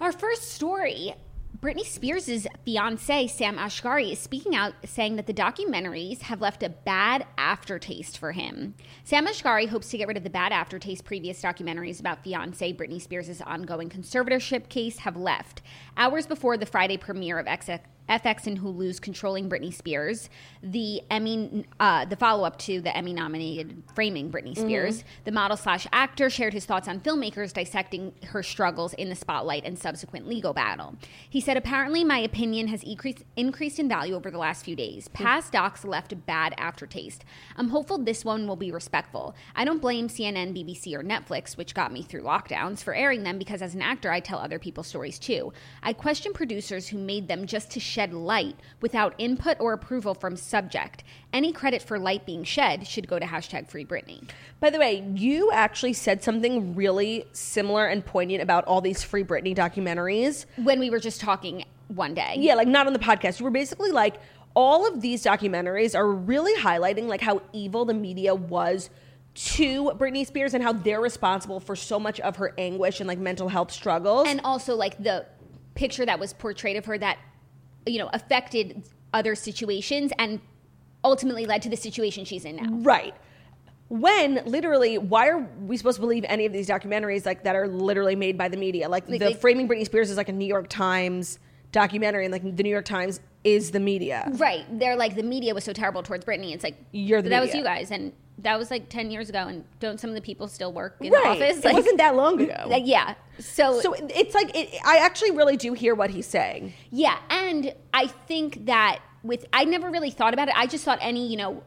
[SPEAKER 2] Our first story Britney Spears' fiance, Sam Ashgari, is speaking out saying that the documentaries have left a bad aftertaste for him. Sam Ashgari hopes to get rid of the bad aftertaste previous documentaries about fiance Britney Spears' ongoing conservatorship case have left. Hours before the Friday premiere of XX. FX and Hulu's "Controlling Britney Spears," the Emmy, uh, the follow-up to the Emmy-nominated "Framing Britney Spears." The model slash actor shared his thoughts on filmmakers dissecting her struggles in the spotlight and subsequent legal battle. He said, "Apparently, my opinion has increased increased in value over the last few days. Past docs left a bad aftertaste. I'm hopeful this one will be respectful. I don't blame CNN, BBC, or Netflix, which got me through lockdowns, for airing them because as an actor, I tell other people's stories too. I question producers who made them just to shed light without input or approval from subject. Any credit for light being shed should go to hashtag Free Britney.
[SPEAKER 1] By the way, you actually said something really similar and poignant about all these Free Britney documentaries.
[SPEAKER 2] When we were just talking one day,
[SPEAKER 1] Yeah, like not on the podcast. You were basically like, all of these documentaries are really highlighting like how evil the media was to Britney Spears and how they're responsible for so much of her anguish and like mental health struggles.
[SPEAKER 2] and also like the picture that was portrayed of her that you know affected other situations and ultimately led to the situation she's in now.
[SPEAKER 1] Right. When literally, why are we supposed to believe any of these documentaries like that are literally made by the media? Like,
[SPEAKER 2] Like,
[SPEAKER 1] the
[SPEAKER 2] they-
[SPEAKER 1] framing Britney Spears is like a New York Times documentary, and like the New York Times is the media.
[SPEAKER 2] Right. They're like the media was so terrible towards Britney. It's like
[SPEAKER 1] You're the
[SPEAKER 2] but that was
[SPEAKER 1] media.
[SPEAKER 2] you guys and that was like 10 years ago and don't some of the people still work in
[SPEAKER 1] Right.
[SPEAKER 2] the office?
[SPEAKER 1] It
[SPEAKER 2] Like,
[SPEAKER 1] wasn't that long ago.
[SPEAKER 2] like, yeah. So,
[SPEAKER 1] so it's like it, I actually really do hear what he's saying.
[SPEAKER 2] yeah, and I think that with I never really thought about it. I just thought any, you know,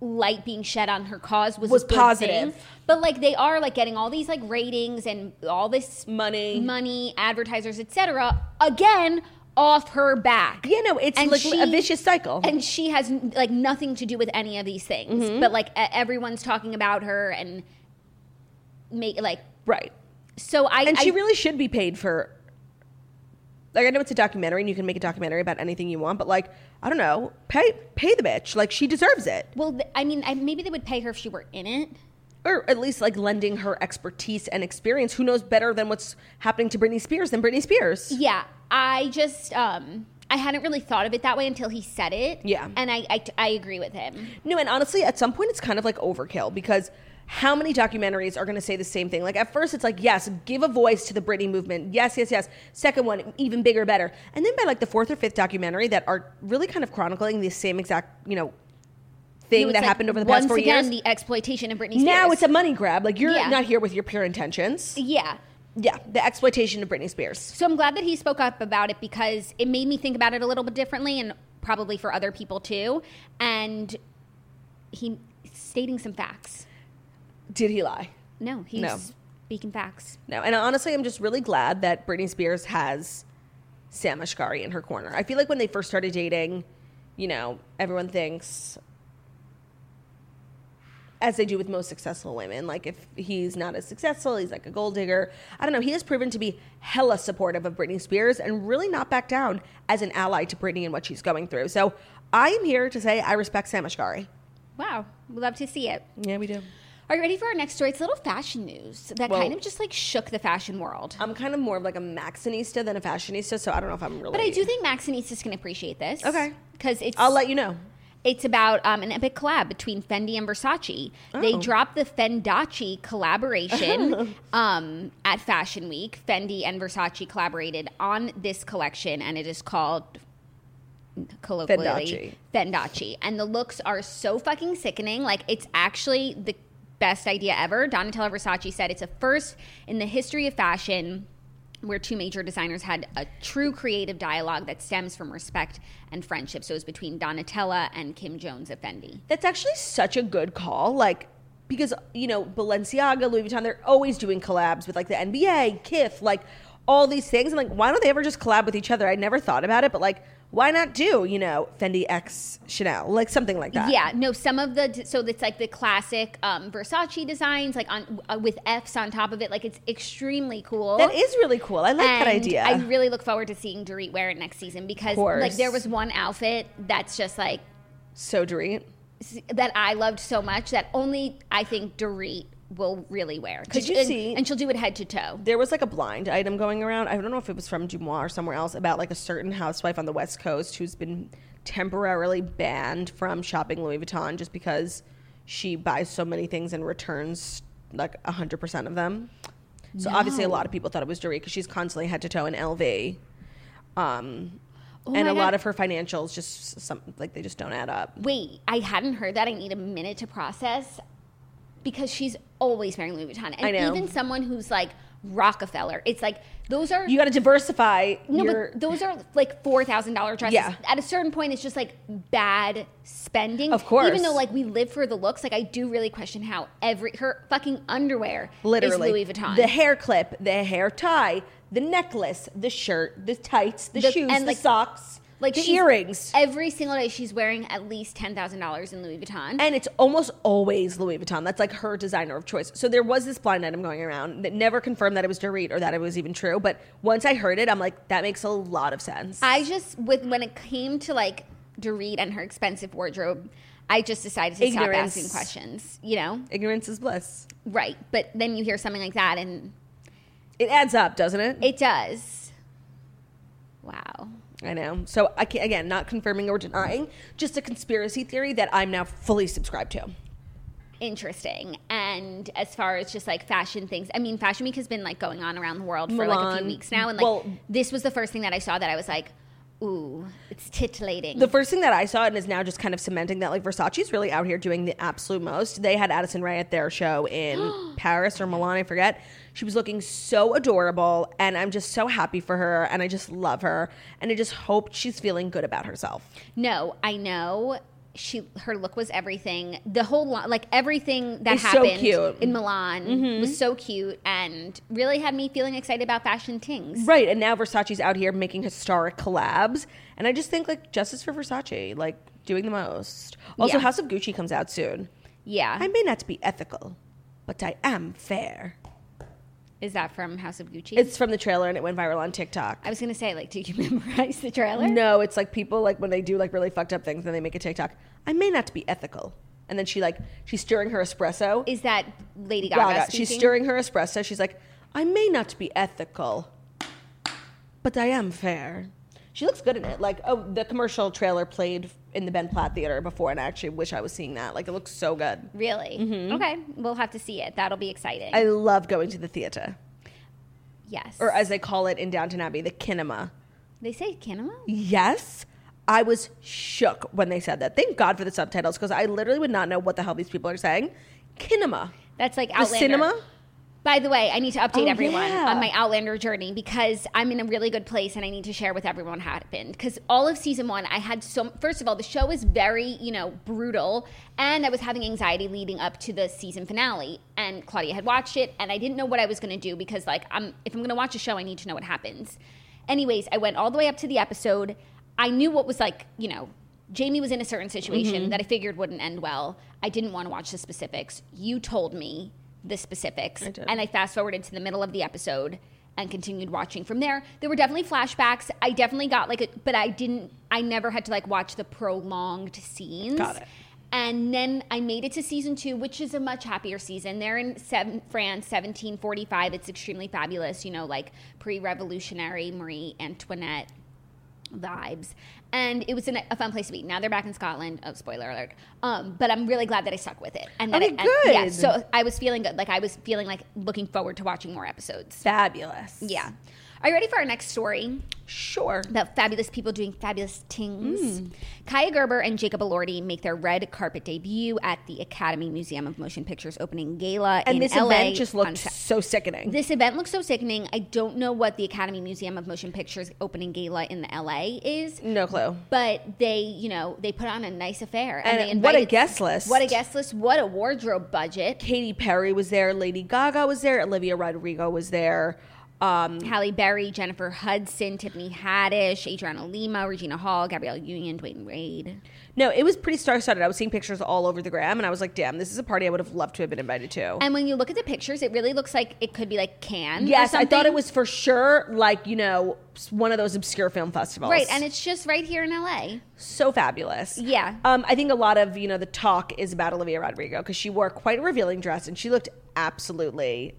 [SPEAKER 2] light being shed on her cause was,
[SPEAKER 1] Was
[SPEAKER 2] a good
[SPEAKER 1] positive.
[SPEAKER 2] thing. But like they are like getting all these like ratings and all this
[SPEAKER 1] Money.
[SPEAKER 2] money, advertisers, etc. Again, off her back.
[SPEAKER 1] Yeah, no, it's like a vicious cycle.
[SPEAKER 2] And she has like nothing to do with any of these things,
[SPEAKER 1] Mm-hmm.
[SPEAKER 2] but like e- everyone's talking about her and make like
[SPEAKER 1] Right.
[SPEAKER 2] so I
[SPEAKER 1] And she
[SPEAKER 2] I-
[SPEAKER 1] really should be paid for. Like I know it's a documentary, and you can make a documentary about anything you want, but like I don't know, pay pay the bitch. Like she deserves it,
[SPEAKER 2] well th- I mean I, maybe they would pay her if she were in it.
[SPEAKER 1] or at least like lending her expertise and experience. Who knows better than what's happening to Britney Spears than Britney Spears?
[SPEAKER 2] Yeah, I just um I hadn't really thought of it that way until he said it.
[SPEAKER 1] Yeah.
[SPEAKER 2] and I I, I agree with him.
[SPEAKER 1] No, and honestly, at some point it's kind of like overkill because how many documentaries are going to say the same thing? Like at first it's like, yes, give a voice to the Britney movement. Yes, yes, yes. Second one, even bigger, better. And then by like the fourth or fifth documentary that are really kind of chronicling the same exact, you know, thing
[SPEAKER 2] No, it's
[SPEAKER 1] that
[SPEAKER 2] like,
[SPEAKER 1] happened over the past
[SPEAKER 2] once
[SPEAKER 1] four
[SPEAKER 2] again,
[SPEAKER 1] years.
[SPEAKER 2] the exploitation of Britney.
[SPEAKER 1] now
[SPEAKER 2] Spears.
[SPEAKER 1] it's a money grab. Like you're
[SPEAKER 2] Yeah.
[SPEAKER 1] not here with your pure intentions.
[SPEAKER 2] yeah.
[SPEAKER 1] Yeah, the exploitation of Britney Spears.
[SPEAKER 2] So I'm glad that he spoke up about it because it made me think about it a little bit differently and probably for other people too. And he stating some facts.
[SPEAKER 1] Did he lie?
[SPEAKER 2] No, he's
[SPEAKER 1] No.
[SPEAKER 2] speaking facts.
[SPEAKER 1] No, and honestly, I'm just really glad that Britney Spears has Sam Ashkari in her corner. I feel like when they first started dating, you know, everyone thinks, as they do with most successful women, like if he's not as successful, he's like a gold digger. I don't know. He has proven to be hella supportive of Britney Spears and really not back down as an ally to Britney and what she's going through. So I am here to say I respect Sam Ashkari.
[SPEAKER 2] Wow, we love to see it.
[SPEAKER 1] Yeah, we do.
[SPEAKER 2] Are you ready for our next story? It's a little fashion news that
[SPEAKER 1] Well- Oh,
[SPEAKER 2] kind of just like shook the fashion world.
[SPEAKER 1] I'm kind of more of like a Maxinista than a fashionista, so I don't know if I'm really.
[SPEAKER 2] But I do think Max and Eastis can appreciate this.
[SPEAKER 1] Okay.
[SPEAKER 2] Because it's
[SPEAKER 1] I'll let you know.
[SPEAKER 2] It's about um, an epic collab between Fendi and Versace. They dropped the Fendachi collaboration um, at Fashion Week. Fendi and Versace collaborated on this collection, and it is called colloquially Fendachi. And the looks are so fucking sickening. Like it's actually the best idea ever. Donatella Versace said it's a first in the history of fashion where two major designers had a true creative dialogue that stems from respect and friendship. So it was between Donatella and Kim Jones of Fendi.
[SPEAKER 1] That's actually such a good call. Like, because, you know, Balenciaga, Louis Vuitton, they're always doing collabs with like the NBA, KIF, like all these things. And like, why don't they ever just collab with each other? I never thought about it, but like, why not do you know Fendi X Chanel like something like that?
[SPEAKER 2] Yeah, no, some of the so it's like the classic um, Versace designs, like on uh, with F's on top of it. Like it's extremely cool.
[SPEAKER 1] that is really cool. I like that
[SPEAKER 2] And
[SPEAKER 1] idea.
[SPEAKER 2] I really look forward to seeing Dorit wear it next season because
[SPEAKER 1] course.
[SPEAKER 2] like there was one outfit that's just like
[SPEAKER 1] so Dorit,
[SPEAKER 2] s- that I loved so much that only I think Dorit will really wear. 'Cause
[SPEAKER 1] Did you
[SPEAKER 2] and,
[SPEAKER 1] see-
[SPEAKER 2] And she'll do it head to toe.
[SPEAKER 1] there was like a blind item going around. I don't know if it was from Dumois or somewhere else about like a certain housewife on the West Coast who's been temporarily banned from shopping Louis Vuitton just because she buys so many things and returns like 100% of them. So obviously a lot of people thought it was Dorit because she's constantly head to toe in LV. Um, and
[SPEAKER 2] Oh my
[SPEAKER 1] a
[SPEAKER 2] God.
[SPEAKER 1] lot of her financials just some like they just don't add up.
[SPEAKER 2] Wait, I hadn't heard that. I need a minute to process because she's always wearing Louis Vuitton. And
[SPEAKER 1] I know.
[SPEAKER 2] even someone who's like Rockefeller, it's like those are
[SPEAKER 1] You got to diversify
[SPEAKER 2] No,
[SPEAKER 1] your
[SPEAKER 2] but those are like four thousand dollar dresses.
[SPEAKER 1] Yeah.
[SPEAKER 2] At a certain point, it's just like bad spending.
[SPEAKER 1] Of course.
[SPEAKER 2] Even though like we live for the looks, like I do really question how every her fucking underwear
[SPEAKER 1] literally
[SPEAKER 2] is Louis Vuitton.
[SPEAKER 1] the hair clip, the hair tie, the necklace, the shirt, the tights, the,
[SPEAKER 2] The-
[SPEAKER 1] shoes,
[SPEAKER 2] and,
[SPEAKER 1] the
[SPEAKER 2] like-
[SPEAKER 1] socks,
[SPEAKER 2] like
[SPEAKER 1] the
[SPEAKER 2] she's-
[SPEAKER 1] earrings.
[SPEAKER 2] Every single day, she's wearing at least ten thousand dollars in Louis Vuitton.
[SPEAKER 1] and it's almost always Louis Vuitton. That's like her designer of choice. So there was this blind item going around that never confirmed that it was Dorit or that it was even true. But once I heard it, I'm like, that makes a lot of sense.
[SPEAKER 2] I just with when it came to like Dorit and her expensive wardrobe, I just decided to stop
[SPEAKER 1] Ignorance.
[SPEAKER 2] asking questions. You know,
[SPEAKER 1] Ignorance is bliss.
[SPEAKER 2] right? But then you hear something like that, and
[SPEAKER 1] It adds up, doesn't it?
[SPEAKER 2] it does. Wow.
[SPEAKER 1] I know. So I can, again, not confirming or denying, just a conspiracy theory that I'm now fully subscribed to.
[SPEAKER 2] interesting. And as far as just like fashion things, I mean, Fashion Week has been like going on around the world for like a
[SPEAKER 1] Milan.
[SPEAKER 2] few weeks now, and like
[SPEAKER 1] Well-
[SPEAKER 2] this was the first thing that I saw that I was like, ooh, it's titillating.
[SPEAKER 1] The first thing that I saw and is now just kind of cementing that like Versace's really out here doing the absolute most. They had Addison Rae at their show in Paris or Milan, I forget. She was looking so adorable and I'm just so happy for her and I just love her and I just hope she's feeling good about herself.
[SPEAKER 2] no, I know. She her look was everything. The whole lo- like everything that
[SPEAKER 1] It's so
[SPEAKER 2] happened
[SPEAKER 1] cute. Mm-hmm.
[SPEAKER 2] in Milan was so cute and really had me feeling excited about fashion things.
[SPEAKER 1] Right, and now Versace's out here making historic collabs and I just think like justice for Versace, like doing the most. Also
[SPEAKER 2] Yeah.
[SPEAKER 1] House of Gucci comes out soon.
[SPEAKER 2] Yeah,
[SPEAKER 1] I may not be ethical, but I am fair.
[SPEAKER 2] is that from House of Gucci?
[SPEAKER 1] It's from the trailer and it went viral on TikTok.
[SPEAKER 2] I was gonna say like, do you memorize the trailer?
[SPEAKER 1] No, it's like people like when they do like really fucked up things, then they make a TikTok. I may not be ethical, and then she like she's stirring her espresso.
[SPEAKER 2] Is that Lady Gaga?
[SPEAKER 1] Gaga, she's
[SPEAKER 2] speaking?
[SPEAKER 1] stirring her espresso. She's like, I may not be ethical, but I am fair. She looks good in it. Like, oh, the commercial trailer played in the Ben Platt Theater before, and I actually wish I was seeing that. Like, it looks so good.
[SPEAKER 2] Really? Okay. We'll have to see it. That'll be exciting.
[SPEAKER 1] Mm-hmm. I love going to the theater,
[SPEAKER 2] yes.
[SPEAKER 1] or as they call it in Downton Abbey, the kinema.
[SPEAKER 2] they say kinema?
[SPEAKER 1] Yes. I was shook when they said that. Thank God for the subtitles because I literally would not know what the hell these people are saying. Kinema.
[SPEAKER 2] That's like
[SPEAKER 1] The
[SPEAKER 2] Outlander.
[SPEAKER 1] cinema?
[SPEAKER 2] By the way, I need to update
[SPEAKER 1] Oh,
[SPEAKER 2] everyone
[SPEAKER 1] yeah.
[SPEAKER 2] on my Outlander journey because I'm in a really good place and I need to share with everyone how it happened. Because all of season one, I had so, first of all, the show is very, you know, brutal. And I was having anxiety leading up to the season finale. And Claudia had watched it and I didn't know what I was going to do because, like, I'm, if I'm going to watch a show, I need to know what happens. Anyways, I went all the way up to the episode. I knew what was like, you know, Jamie was in a certain situation
[SPEAKER 1] Mm-hmm.
[SPEAKER 2] that I figured wouldn't end well. I didn't want to watch the specifics. You told me the specifics.
[SPEAKER 1] I did.
[SPEAKER 2] And I fast forwarded to the middle of the episode and continued watching from there. There were definitely flashbacks. I definitely got like a, but I didn't, I never had to like watch the prolonged scenes.
[SPEAKER 1] Got it.
[SPEAKER 2] And then I made it to season two, which is a much happier season. They're in seven, France, 1745. It's extremely fabulous, you know, like pre revolutionary Marie Antoinette vibes. And it was an, a fun place to be. Now they're back in Scotland. Oh, spoiler alert. Um, but I'm really glad that I stuck with it. And that
[SPEAKER 1] Okay,
[SPEAKER 2] it, and- yeah,
[SPEAKER 1] good.
[SPEAKER 2] so I was feeling good. Like I was feeling like looking forward to watching more episodes.
[SPEAKER 1] Fabulous.
[SPEAKER 2] Yeah. Are you ready for our next story?
[SPEAKER 1] Sure. Hmm.
[SPEAKER 2] about fabulous people doing fabulous things. Kaya Gerber and Jacob Elordi make their red carpet debut at the Academy Museum of Motion Pictures opening gala in
[SPEAKER 1] And this
[SPEAKER 2] LA.
[SPEAKER 1] event just
[SPEAKER 2] on
[SPEAKER 1] looked
[SPEAKER 2] Sa-
[SPEAKER 1] so sickening.
[SPEAKER 2] this event looks so sickening. I don't know what the Academy Museum of Motion Pictures opening gala in the LA is,
[SPEAKER 1] no clue.
[SPEAKER 2] but they, you know, they put on a nice affair. they
[SPEAKER 1] And what a
[SPEAKER 2] invited-
[SPEAKER 1] guest list.
[SPEAKER 2] What a guest list! What a wardrobe budget!
[SPEAKER 1] Katy Perry was there. Lady Gaga was there. Olivia Rodrigo was there. Um,
[SPEAKER 2] Halle Berry, Jennifer Hudson, Tiffany Haddish, Adriana Lima, Regina Hall, Gabrielle Union, Dwayne Wade.
[SPEAKER 1] no, it was pretty star-studded. I was seeing pictures all over the gram, and I was like, "Damn, this is a party I would have loved to have been invited to."
[SPEAKER 2] And when you look at the pictures, it really looks like it could be like Cannes. or
[SPEAKER 1] yes, I thought
[SPEAKER 2] something.
[SPEAKER 1] it was for sure like you know one of those obscure film festivals,
[SPEAKER 2] right, and it's just right here in LA.
[SPEAKER 1] so fabulous.
[SPEAKER 2] Yeah.
[SPEAKER 1] Um, I think a lot of you know the talk is about Olivia Rodrigo because she wore quite a revealing dress and she looked absolutely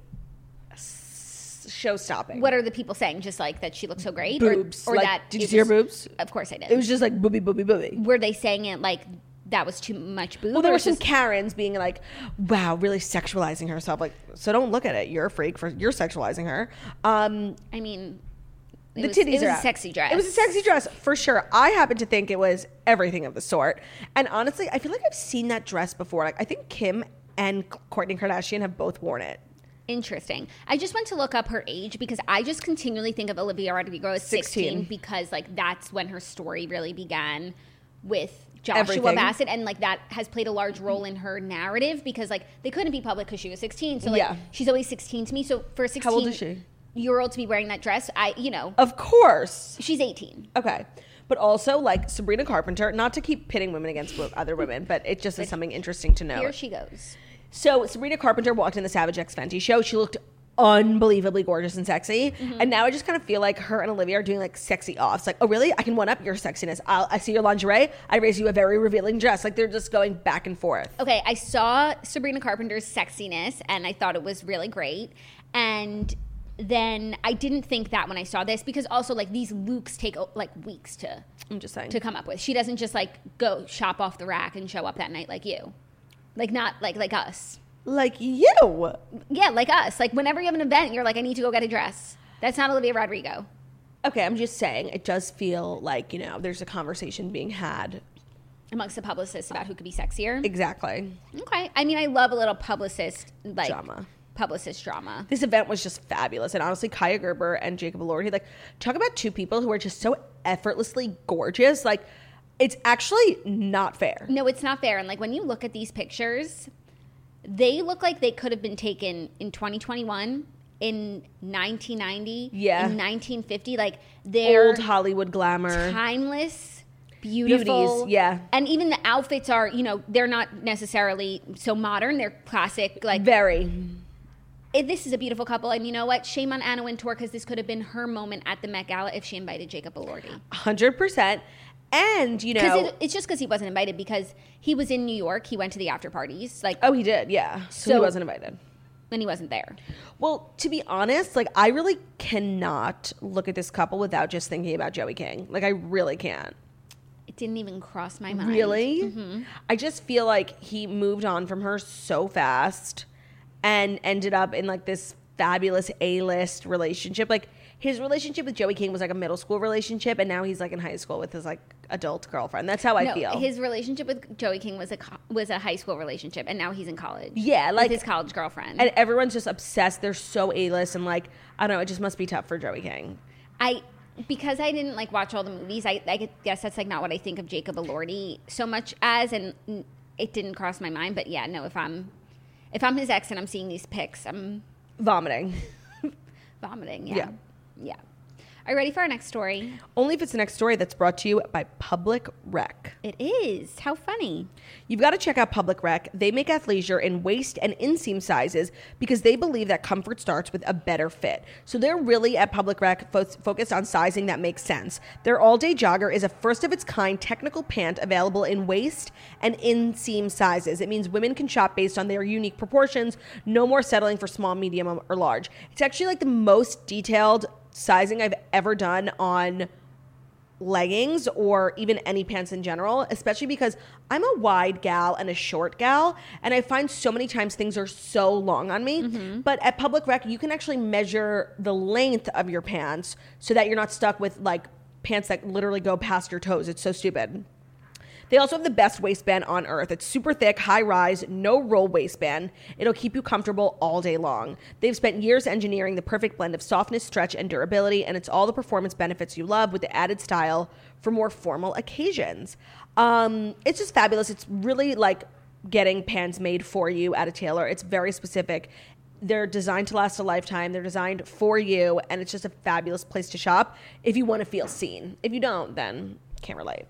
[SPEAKER 1] show stopping.
[SPEAKER 2] What are the people saying? Just like that she looks so great,
[SPEAKER 1] boobs?
[SPEAKER 2] or, or
[SPEAKER 1] like,
[SPEAKER 2] that
[SPEAKER 1] Did you
[SPEAKER 2] it
[SPEAKER 1] see her
[SPEAKER 2] was-
[SPEAKER 1] boobs?
[SPEAKER 2] Of course I did.
[SPEAKER 1] It was just like booby booby booby.
[SPEAKER 2] Were they saying it like that was too much boob?
[SPEAKER 1] Well, there
[SPEAKER 2] or
[SPEAKER 1] were some
[SPEAKER 2] just-
[SPEAKER 1] Karens being like, "Wow, really sexualizing herself." Like, so don't look at it. You're a freak for you're sexualizing her. Um,
[SPEAKER 2] I mean, it
[SPEAKER 1] the
[SPEAKER 2] was,
[SPEAKER 1] titties
[SPEAKER 2] It was
[SPEAKER 1] are
[SPEAKER 2] a
[SPEAKER 1] out.
[SPEAKER 2] sexy dress.
[SPEAKER 1] It was a sexy dress for sure. I happen to think it was everything of the sort. And honestly, I feel like I've seen that dress before. Like I think Kim and Courtney Kardashian have both worn it.
[SPEAKER 2] Interesting. I just went to look up her age because I just continually think of Olivia Rodrigo as 16,
[SPEAKER 1] 16.
[SPEAKER 2] because like that's when her story really began with Joshua
[SPEAKER 1] Everything.
[SPEAKER 2] Bassett and like that has played a large role in her narrative because like they couldn't be public because she was 16. So like
[SPEAKER 1] Yeah.
[SPEAKER 2] she's always 16 to me. So for a 16
[SPEAKER 1] old is she?
[SPEAKER 2] year old to be wearing that dress, I you know,
[SPEAKER 1] Of course.
[SPEAKER 2] she's 18.
[SPEAKER 1] Okay. But also like Sabrina Carpenter, not to keep pitting women against wo- other women, but it just is something interesting to know.
[SPEAKER 2] Here she goes.
[SPEAKER 1] So Sabrina Carpenter walked in the Savage X Fenty show. She looked unbelievably gorgeous and sexy. And now I just kind of feel like her and Olivia are doing like sexy offs. Like, oh really? I can one up your sexiness. I'll, I see your lingerie. I raise you a very revealing dress. Like they're just going back and forth.
[SPEAKER 2] Okay, I saw Sabrina Carpenter's sexiness and I thought it was really great. And then I didn't think that when I saw this because also like these looks take oh, like weeks to
[SPEAKER 1] I'm just saying.
[SPEAKER 2] to come up with. She doesn't just like go shop off the rack and show up that night like you. Like not like like us.
[SPEAKER 1] Like you.
[SPEAKER 2] Yeah, like us. Like whenever you have an event, you're like I need to go get a dress. That's not Olivia Rodrigo.
[SPEAKER 1] Okay, I'm just saying. It does feel like you know there's a conversation being had.
[SPEAKER 2] Amongst the publicists about who could be sexier.
[SPEAKER 1] Exactly.
[SPEAKER 2] Okay. I mean, I love a little publicist like
[SPEAKER 1] Drama.
[SPEAKER 2] publicist drama.
[SPEAKER 1] This event was just fabulous, and honestly, Kaya Gerber and Jacob Elordi, like, talk about two people who are just so effortlessly gorgeous. Like, it's actually not fair.
[SPEAKER 2] No, it's not fair. And like when you look at these pictures, they look like they could have been taken in 2021, in 1990,
[SPEAKER 1] Yeah.
[SPEAKER 2] in 1950. Like they're
[SPEAKER 1] Old Hollywood glamour.
[SPEAKER 2] timeless, beautiful,
[SPEAKER 1] Beauties, yeah.
[SPEAKER 2] And even the outfits are, you know, they're not necessarily so modern. They're classic. Like
[SPEAKER 1] Very.
[SPEAKER 2] if this is a beautiful couple, and you know what? Shame on Anna Wintour because this could have been her moment at the Met Gala if she invited Jacob Elordi.
[SPEAKER 1] 100%. And, you
[SPEAKER 2] Because
[SPEAKER 1] know.
[SPEAKER 2] it, it's just because he wasn't invited because he was in New York. He went to the after parties. Like
[SPEAKER 1] oh, he did, yeah. So, he
[SPEAKER 2] So-
[SPEAKER 1] wasn't invited.
[SPEAKER 2] and he wasn't there.
[SPEAKER 1] Well, to be honest, like, I really cannot look at this couple without just thinking about Joey King. Like, I really can't.
[SPEAKER 2] It didn't even cross my mind.
[SPEAKER 1] Really? I just feel like he moved on from her so fast and ended up in like this fabulous A-list relationship. Like his relationship with Joey King was like a middle school relationship and now he's like in high school with his like adult girlfriend. That's how I
[SPEAKER 2] No,
[SPEAKER 1] feel.
[SPEAKER 2] his relationship with Joey King was a co- was a high school relationship, and now he's in college.
[SPEAKER 1] Yeah, like-
[SPEAKER 2] with his college girlfriend.
[SPEAKER 1] and everyone's just obsessed. They're so A-list and like I don't know, it just must be tough for Joey King.
[SPEAKER 2] I because I didn't like watch all the movies. I, I guess that's like not what I think of Jacob Elordi so much as, and it didn't cross my mind. But yeah, no, if I'm if I'm his ex and I'm seeing these pics, I'm
[SPEAKER 1] Vomiting.
[SPEAKER 2] vomiting. Yeah,
[SPEAKER 1] Yeah.
[SPEAKER 2] yeah. Are you ready for our next story?
[SPEAKER 1] Only if it's the next story that's brought to you by Public Rec.
[SPEAKER 2] It is how funny.
[SPEAKER 1] You've got to check out Public Rec. They make athleisure in waist and inseam sizes because they believe that comfort starts with a better fit. So they're really at Public Rec fo- focused on sizing that makes sense. Their all day jogger is a first of its kind technical pant available in waist and inseam sizes. It means women can shop based on their unique proportions, no more settling for small, medium, or large. It's actually like the most detailed sizing I've ever done on leggings or even any pants in general, especially because I'm a wide gal and a short gal. And I find so many times things are so long on me. But at Public Rec, you can actually measure the length of your pants so that you're not stuck with like pants that literally go past your toes. It's so stupid. They also have the best waistband on earth. It's super thick, high rise, no roll waistband. It'll keep you comfortable all day long. They've spent years engineering the perfect blend of softness, stretch, and durability, and it's all the performance benefits you love with the added style for more formal occasions. Um, it's just fabulous. It's really like getting pants made for you at a tailor. It's very specific They're designed to last a lifetime. They're designed for you, and it's just a fabulous place to shop if you want to feel seen. If you don't, then can't relate.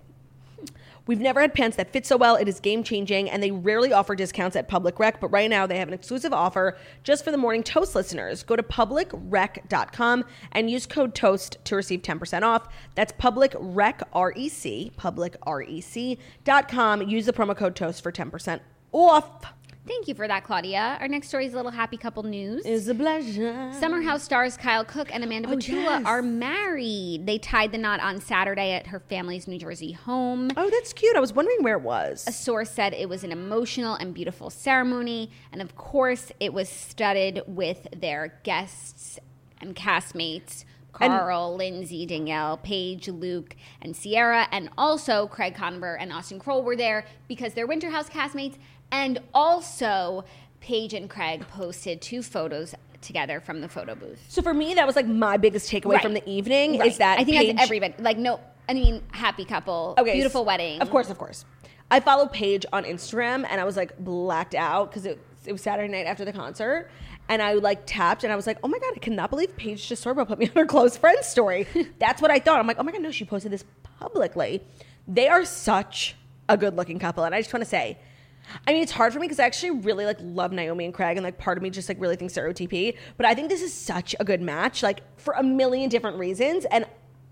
[SPEAKER 1] We've never had pants that fit so well. It is game changing, and they rarely offer discounts at Public Rec. But right now, they have an exclusive offer just for the Morning Toast listeners. Go to publicrec.com and use code TOAST to receive 10% off. That's publicrec, R E C, E publicrec.com. Use the promo code TOAST for 10% off.
[SPEAKER 2] Thank you for that, Claudia. Our next story is a little happy couple news.
[SPEAKER 1] Is a pleasure.
[SPEAKER 2] Summer House stars Kyle Cook and Amanda
[SPEAKER 1] Mm. Oh,
[SPEAKER 2] Petula
[SPEAKER 1] yes.
[SPEAKER 2] are married. They tied the knot on Saturday at her family's New Jersey home.
[SPEAKER 1] Oh, that's cute. I was wondering where it was.
[SPEAKER 2] A source said it was an emotional and beautiful ceremony, and of course, it was studded with their guests and castmates.
[SPEAKER 1] And-
[SPEAKER 2] Carl, Lindsay, Danielle, Paige, Luke, and Sierra, and also Craig Conover and Austin Kroll were there because they're Winterhouse castmates, and also Paige and Craig posted two photos together from the photo booth.
[SPEAKER 1] So for me, that was like my biggest takeaway
[SPEAKER 2] Right.
[SPEAKER 1] from the evening
[SPEAKER 2] Right.
[SPEAKER 1] is that
[SPEAKER 2] I think
[SPEAKER 1] Paige-
[SPEAKER 2] that's everybody. Like no, I mean happy couple,
[SPEAKER 1] Okay,
[SPEAKER 2] beautiful
[SPEAKER 1] s-
[SPEAKER 2] wedding.
[SPEAKER 1] Of course, of course. I follow Paige on Instagram, and I was like blacked out because it, it was Saturday night after the concert, and I like tapped, and I was like, oh my god, I cannot believe Paige Desorbo put me on her close friends story. That's what I thought. I'm like, oh my god, no, she posted this publicly. They are such a good looking couple, and I just want to say. I mean, it's hard for me because I actually really like love Naomi and Craig, and like part of me just like really thinks they're OTP. But I think this is such a good match, like for a million different reasons, and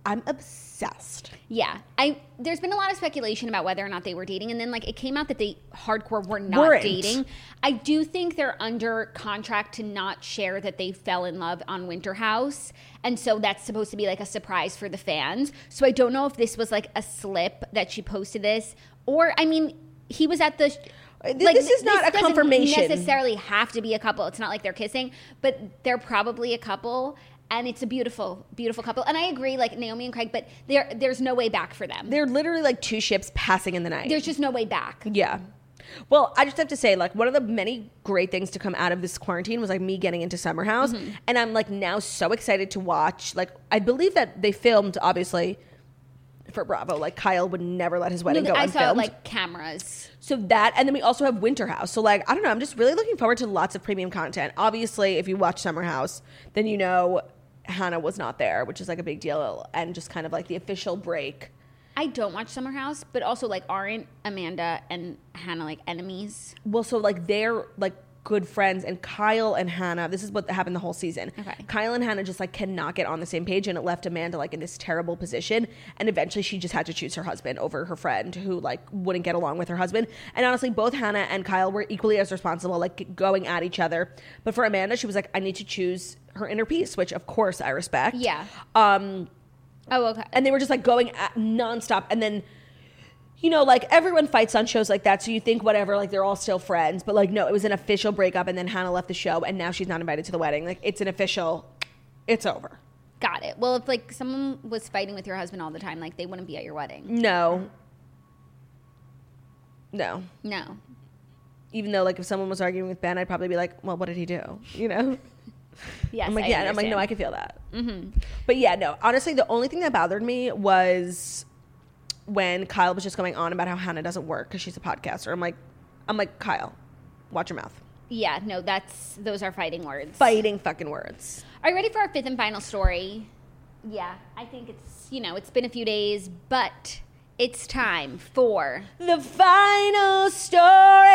[SPEAKER 1] I'm obsessed.
[SPEAKER 2] Yeah, I there's been a lot of speculation about whether or not they were dating, and then like it came out that they hardcore were not
[SPEAKER 1] Weren't.
[SPEAKER 2] dating. I do think they're under contract to not share that they fell in love on Winter House, and so that's supposed to be like a surprise for the fans. So I don't know if this was like a slip that she posted this, or I mean, he was at the.
[SPEAKER 1] Uh, th- this is not a
[SPEAKER 2] doesn't
[SPEAKER 1] confirmation.
[SPEAKER 2] Necessarily have to be a couple. It's not like they're kissing, but they're probably a couple, and it's a beautiful, beautiful couple. And I agree, like Naomi and Craig, but there, there's no way back for them.
[SPEAKER 1] They're literally like two ships passing in the night.
[SPEAKER 2] there's just no way back.
[SPEAKER 1] yeah. Well, I just have to say, like, one of the many great things to come out of this quarantine was like me getting into Summer House.
[SPEAKER 2] Mm-hmm.
[SPEAKER 1] And I'm like now so excited to watch. Like, I believe that they filmed, obviously, for Bravo. Like, Kyle would never let his
[SPEAKER 2] No,
[SPEAKER 1] wedding go
[SPEAKER 2] I
[SPEAKER 1] unfilmed.
[SPEAKER 2] saw like cameras.
[SPEAKER 1] So that, and then we also have Winter House. So like, I don't know. I'm just really looking forward to lots of premium content. Obviously, if you watch Summer House, then you know Hannah was not there, which is like a big deal, and just kind of like the official break.
[SPEAKER 2] I don't watch Summer House, but also like aren't Amanda and Hannah like enemies?
[SPEAKER 1] Well, so like they're like good friends, and Kyle and Hannah. This is what happened the whole season.
[SPEAKER 2] Okay.
[SPEAKER 1] Kyle and Hannah just like cannot get on the same page, and it left Amanda like in this terrible position. And eventually, she just had to choose her husband over her friend, who like wouldn't get along with her husband. And honestly, both Hannah and Kyle were equally as responsible, like g- going at each other. But for Amanda, she was like, I need to choose her inner peace, which of course I respect.
[SPEAKER 2] Yeah.
[SPEAKER 1] Um
[SPEAKER 2] Oh, okay.
[SPEAKER 1] and they were just like going at nonstop and then you know like everyone fights on shows like that so you think whatever like they're all still friends but like no it was an official breakup and then hannah left the show and now she's not invited to the wedding like it's an official it's over
[SPEAKER 2] Got it. Well, if like someone was fighting with your husband all the time, like they wouldn't be at your wedding.
[SPEAKER 1] no no
[SPEAKER 2] No.
[SPEAKER 1] even though like if someone was arguing with ben i'd probably be like well what did he do you know
[SPEAKER 2] Yes.
[SPEAKER 1] I'm like,
[SPEAKER 2] I
[SPEAKER 1] yeah. and I'm like, no, I
[SPEAKER 2] understand. Mm-hmm.
[SPEAKER 1] can feel that. But yeah, no. Honestly, the only thing that bothered me was when Kyle was just going on about how Hannah doesn't work because she's a podcaster. I'm like, I'm like, Kyle, watch your mouth.
[SPEAKER 2] Yeah. No. That's those are fighting words.
[SPEAKER 1] Fighting fucking words.
[SPEAKER 2] Are you ready for our fifth and final story? Yeah, I think it's, you know, it's been a few days, but it's time for.
[SPEAKER 1] The final story.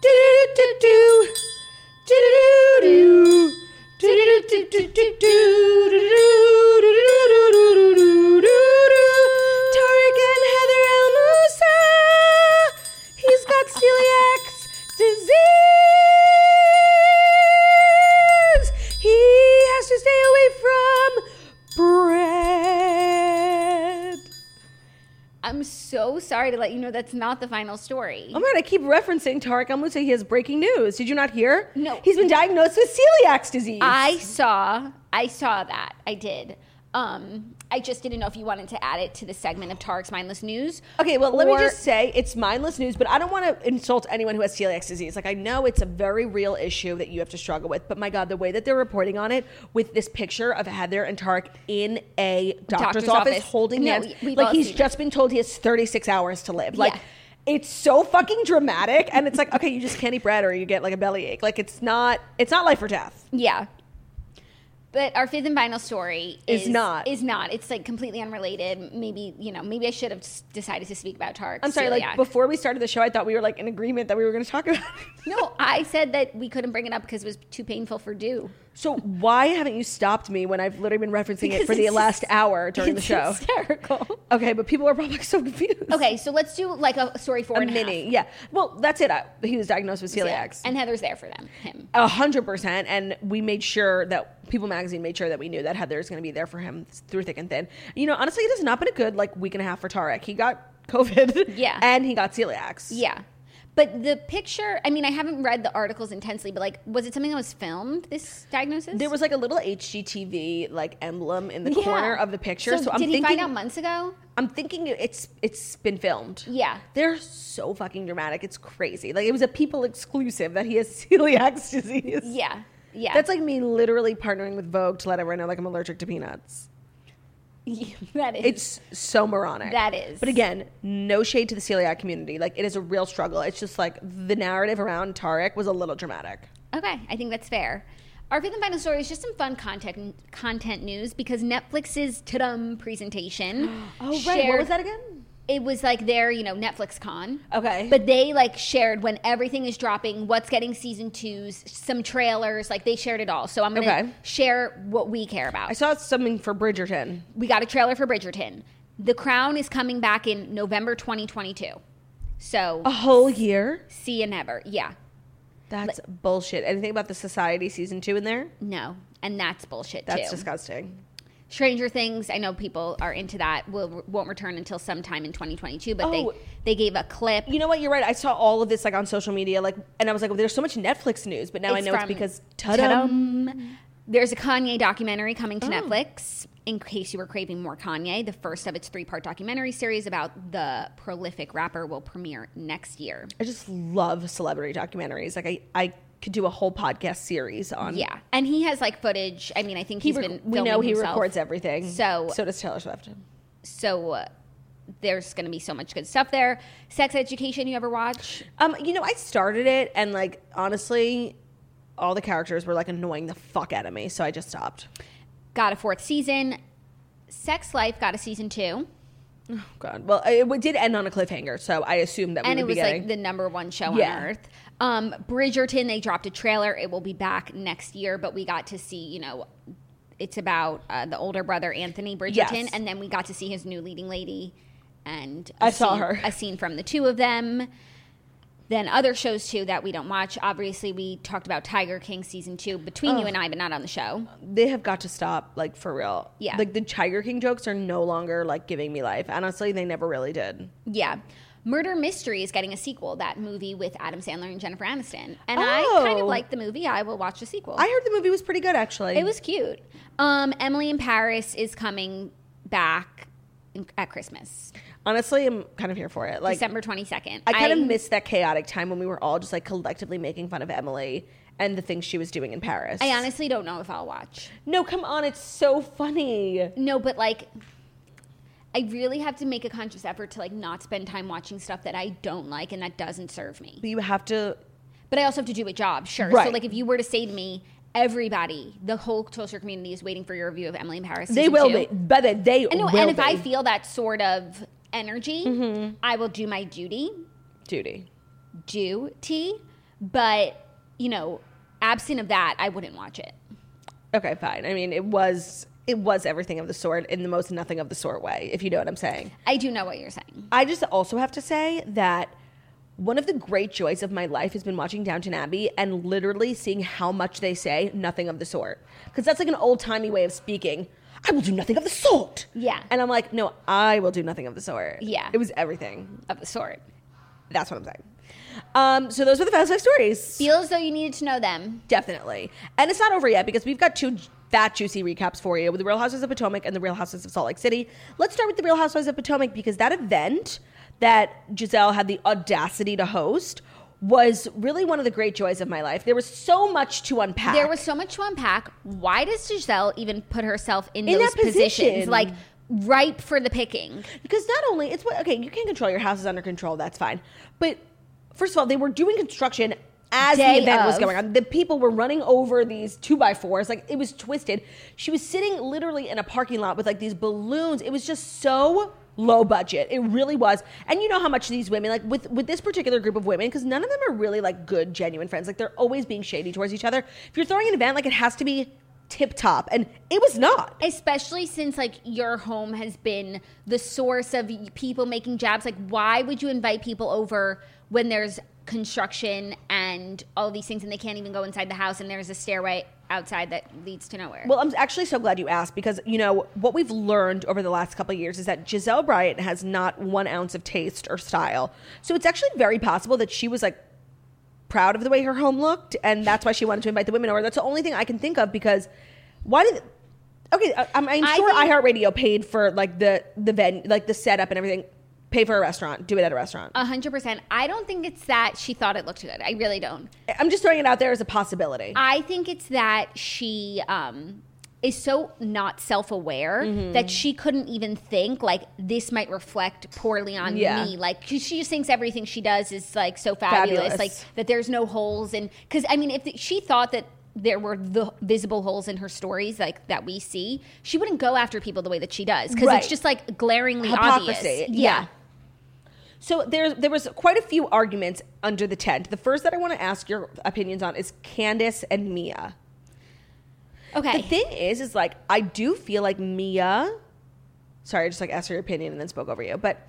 [SPEAKER 1] Do-do-do-do-do. Do-do-do-do. Do-do-do-do-do-do-do-do-do-do-do-do-do-do. Tariq and Heather El-Moussa. He's got celiac disease. He has to stay away from bread.
[SPEAKER 2] I'm so sorry to let you know that's not the final story.
[SPEAKER 1] Oh my god, I keep referencing Tariq El Moussa. He has breaking news. Did you not hear?
[SPEAKER 2] No.
[SPEAKER 1] He's been diagnosed with celiac disease.
[SPEAKER 2] I saw, I saw that. I did. Um, I just didn't know if you wanted to add it to the segment of Tarek's Mindless News.
[SPEAKER 1] Okay, well, let me
[SPEAKER 2] or-
[SPEAKER 1] just say it's mindless news, but I don't want to insult anyone who has celiac disease. Like, I know it's a very real issue that you have to struggle with, but my God, the way that they're reporting on it with this picture of Heather and Tarek in a doctor's,
[SPEAKER 2] Doctor's
[SPEAKER 1] office,
[SPEAKER 2] office.
[SPEAKER 1] holding
[SPEAKER 2] No,
[SPEAKER 1] hands,
[SPEAKER 2] we- we've
[SPEAKER 1] like
[SPEAKER 2] all
[SPEAKER 1] he's
[SPEAKER 2] seen it.
[SPEAKER 1] just been told he has 36 hours to live. Like,
[SPEAKER 2] Yeah.
[SPEAKER 1] it's so fucking dramatic and it's like okay you just can't eat bread or you get like a bellyache like it's not it's not life or death
[SPEAKER 2] Yeah. But our fifth and final story
[SPEAKER 1] Is not.
[SPEAKER 2] is not. It's like completely unrelated. Maybe you know. Maybe I should have s- decided to speak about Tarek.
[SPEAKER 1] i'm sorry like
[SPEAKER 2] Celiac.
[SPEAKER 1] before we started the show i thought we were like in agreement that we were going to talk about it
[SPEAKER 2] no, I said that we couldn't bring it up because it was too painful for do.
[SPEAKER 1] so why haven't you stopped me when i've literally been referencing it for
[SPEAKER 2] Because
[SPEAKER 1] the
[SPEAKER 2] it's
[SPEAKER 1] last
[SPEAKER 2] just-
[SPEAKER 1] hour during the
[SPEAKER 2] It's
[SPEAKER 1] show
[SPEAKER 2] hysterical.
[SPEAKER 1] okay but people are probably so confused
[SPEAKER 2] Okay, so let's do like a story four
[SPEAKER 1] a
[SPEAKER 2] and a half.
[SPEAKER 1] mini yeah well that's it I, he was diagnosed with
[SPEAKER 2] Yeah.
[SPEAKER 1] celiac
[SPEAKER 2] and Heather's there for them. Him.
[SPEAKER 1] A hundred percent, and we made sure that People Magazine made sure that we knew that Heather's going to be there for him through thick and thin. You know, honestly, it has not been a good like week and a half for Tarek. He got COVID,
[SPEAKER 2] Yeah.
[SPEAKER 1] and he got celiac.
[SPEAKER 2] Yeah. But the picture, I mean, I haven't read the articles intensely, but like, was it something that was filmed, this diagnosis?
[SPEAKER 1] there was like a little HGTV like emblem in the
[SPEAKER 2] Yeah.
[SPEAKER 1] corner of the picture. So, I'm
[SPEAKER 2] did
[SPEAKER 1] thinking,
[SPEAKER 2] he find out months ago?
[SPEAKER 1] I'm thinking it's it's been filmed.
[SPEAKER 2] Yeah.
[SPEAKER 1] They're so fucking dramatic. It's crazy. Like it was a People exclusive that he has celiac disease.
[SPEAKER 2] Yeah. Yeah.
[SPEAKER 1] That's like me literally partnering with Vogue to let everyone know like I'm allergic to peanuts.
[SPEAKER 2] like, that is.
[SPEAKER 1] It's so moronic.
[SPEAKER 2] That is.
[SPEAKER 1] But again, no shade to the celiac community. Like it is a real struggle. It's just like the narrative around Tarek was a little dramatic.
[SPEAKER 2] Okay, I think that's fair. Our fifth and final story is just some fun content content news because Netflix's ta presentation.
[SPEAKER 1] Oh, What
[SPEAKER 2] shared-
[SPEAKER 1] was that again?
[SPEAKER 2] It was like their, you know, Netflix con.
[SPEAKER 1] Okay.
[SPEAKER 2] But they like shared when everything is dropping, what's getting season twos, some trailers, like they shared it all. So I'm gonna
[SPEAKER 1] Okay.
[SPEAKER 2] share what we care about.
[SPEAKER 1] I saw something for Bridgerton.
[SPEAKER 2] we got a trailer for Bridgerton. The Crown is coming back in November 2022. So
[SPEAKER 1] A whole year?
[SPEAKER 2] see you never. Yeah.
[SPEAKER 1] That's bullshit. Anything about the Society season two in there?
[SPEAKER 2] No. And that's bullshit
[SPEAKER 1] That's
[SPEAKER 2] too.
[SPEAKER 1] disgusting.
[SPEAKER 2] Stranger Things, I know people are into that. Will won't return until sometime in 2022, but they
[SPEAKER 1] Oh.
[SPEAKER 2] they gave a clip.
[SPEAKER 1] You know what? You're right. I saw all of this like on social media, like, and I was like, well, there's so much Netflix news, but now I know it's
[SPEAKER 2] from-
[SPEAKER 1] because ta
[SPEAKER 2] ta-dum. There's a Kanye documentary coming
[SPEAKER 1] Oh.
[SPEAKER 2] to Netflix. In case you were craving more Kanye, the first of its three-part documentary series about the prolific rapper will premiere next year.
[SPEAKER 1] I just love celebrity documentaries. Like I, I could do a whole podcast series on.
[SPEAKER 2] Yeah, and he has like footage. I mean, I think
[SPEAKER 1] Um, He
[SPEAKER 2] he's
[SPEAKER 1] rec-
[SPEAKER 2] been.
[SPEAKER 1] we
[SPEAKER 2] filming
[SPEAKER 1] know he
[SPEAKER 2] himself.
[SPEAKER 1] records everything.
[SPEAKER 2] So-
[SPEAKER 1] so does Taylor Swift.
[SPEAKER 2] So uh, there's going to be so much good stuff there. Sex Education, you ever watch?
[SPEAKER 1] Um, you know, I started it, and like honestly, all the characters were like annoying the fuck out of me, so I just stopped.
[SPEAKER 2] Got a fourth season. Sex Life got a season two.
[SPEAKER 1] Oh God. Well, it, it did end on a cliffhanger, so I assumed that we
[SPEAKER 2] and
[SPEAKER 1] would
[SPEAKER 2] it
[SPEAKER 1] be
[SPEAKER 2] was
[SPEAKER 1] getting.
[SPEAKER 2] like the number one show
[SPEAKER 1] Yeah.
[SPEAKER 2] on earth. Um, Bridgerton, they dropped a trailer. It will be back next year, but we got to see, you know, it's about uh, the older brother Anthony Bridgerton,
[SPEAKER 1] Yes.
[SPEAKER 2] and then we got to see his new leading lady, and
[SPEAKER 1] I
[SPEAKER 2] I
[SPEAKER 1] saw her.
[SPEAKER 2] a scene from the two of them. Then other shows too that we don't watch. Obviously, we talked about Tiger King season two between you and I, but not on the show.
[SPEAKER 1] they have got to stop, like for real.
[SPEAKER 2] Yeah.
[SPEAKER 1] Like the Tiger King jokes are no longer like giving me life. Honestly, they never really did.
[SPEAKER 2] Yeah. Murder Mystery is getting a sequel, that movie with Adam Sandler and Jennifer Aniston. And I kind
[SPEAKER 1] Oh.
[SPEAKER 2] of like the movie. I will watch the sequel.
[SPEAKER 1] I heard the movie was pretty good, actually.
[SPEAKER 2] It was cute. Um, Emily in Paris is coming back in- at Christmas,
[SPEAKER 1] honestly. I'm kind of here for it. Like
[SPEAKER 2] December 22nd.
[SPEAKER 1] I kind of
[SPEAKER 2] I'm-
[SPEAKER 1] miss that chaotic time when we were all just like collectively making fun of Emily and the things she was doing in Paris.
[SPEAKER 2] I honestly don't know if I'll watch.
[SPEAKER 1] no, come on, it's so funny.
[SPEAKER 2] No, but like, I really have to make a conscious effort to like not spend time watching stuff that I don't like and that doesn't serve me.
[SPEAKER 1] But you have to.
[SPEAKER 2] But I also have to do a job, sure. So
[SPEAKER 1] Right.
[SPEAKER 2] like, if you were to say to me, everybody, the whole closer community is waiting for your review of Emily in Paris.
[SPEAKER 1] They
[SPEAKER 2] season
[SPEAKER 1] will
[SPEAKER 2] two,
[SPEAKER 1] be, but they- they
[SPEAKER 2] And, no,
[SPEAKER 1] will
[SPEAKER 2] and if
[SPEAKER 1] be. Mm-hmm.
[SPEAKER 2] I feel that sort of energy, I will do my duty.
[SPEAKER 1] duty.
[SPEAKER 2] duty, but you know, absent of that, I wouldn't watch it.
[SPEAKER 1] Okay, fine. I mean, it was it was everything of the sort in the most nothing of the sort way, if you know what I'm saying.
[SPEAKER 2] I do know what you're saying.
[SPEAKER 1] I just also have to say that one of the great joys of my life has been watching Downton Abbey and literally seeing how much they say nothing of the sort. Because that's like an old timey way of speaking. I will do nothing of the sort.
[SPEAKER 2] Yeah.
[SPEAKER 1] And I'm like, no, I will do nothing of the sort.
[SPEAKER 2] Yeah.
[SPEAKER 1] It was everything.
[SPEAKER 2] Of a sort.
[SPEAKER 1] That's what I'm saying. Um, so those were the fast five stories.
[SPEAKER 2] Feel as though you needed to know them.
[SPEAKER 1] Definitely. And it's not over yet because we've got two fat, juicy recaps for you with the Real Houses of Potomac and the Real Houses of Salt Lake City. Let's start with the Real Housewives of Potomac because that event that Giselle had the audacity to host was really one of the great joys of my life. There was so much to unpack.
[SPEAKER 2] There was so much to unpack. Why does Giselle even put herself in,
[SPEAKER 1] In
[SPEAKER 2] those
[SPEAKER 1] that position.
[SPEAKER 2] positions? Like ripe for the picking.
[SPEAKER 1] Because not only it's what okay, you can control your house is under control. That's fine. But first of all, they were doing construction as
[SPEAKER 2] Day
[SPEAKER 1] the event was
[SPEAKER 2] of.
[SPEAKER 1] going on. The people were running over these two by fours. Like it was twisted. She was sitting literally in a parking lot with like these balloons. It was just so low budget. It really was. And you know how much these women like with with this particular group of women because none of them are really like good genuine friends. Like they're always being shady towards each other. If you're throwing an event like it has to be tip top and it was not.
[SPEAKER 2] Especially since like your home has been the source of people making jabs. Like, why would you invite people over when there's construction and all these things, and they can't even go inside the house, and there's a stairway outside that leads to nowhere?
[SPEAKER 1] Well, I'm actually so glad you asked because you know what we've learned over the last couple of years is that Giselle Bryant has not one ounce of taste or style. So it's actually very possible that she was like proud of the way her home looked, and that's why she wanted to invite the women over. That's the only thing I can think of because why did? Okay, I- I'm, I'm
[SPEAKER 2] I
[SPEAKER 1] sure
[SPEAKER 2] think-
[SPEAKER 1] iHeartRadio paid for like the the venue, like the setup and everything. Pay for a restaurant, do it at a restaurant.
[SPEAKER 2] A hundred percent. I don't think it's that she thought it looked good. I really don't.
[SPEAKER 1] I'm just throwing it out there as a possibility.
[SPEAKER 2] I think it's that she um, is so not self-aware
[SPEAKER 1] Mm-hmm.
[SPEAKER 2] that she couldn't even think like this might reflect poorly on
[SPEAKER 1] Yeah.
[SPEAKER 2] me. Like 'cause she just thinks everything she does is like so fabulous,
[SPEAKER 1] Fabulous.
[SPEAKER 2] like that there's no holes and because I mean if the, she thought that there were the visible holes in her stories like that we see, she wouldn't go after people the way that she does because
[SPEAKER 1] Right.
[SPEAKER 2] it's just like glaringly
[SPEAKER 1] Hypocrisy,
[SPEAKER 2] obvious.
[SPEAKER 1] yeah. So there, there was quite a few arguments under the tent. The first that I want to ask your opinions on is Candace and Mia.
[SPEAKER 2] Okay.
[SPEAKER 1] The thing is, is like I do feel like Mia. Sorry, I just like asked her your opinion and then spoke over you, but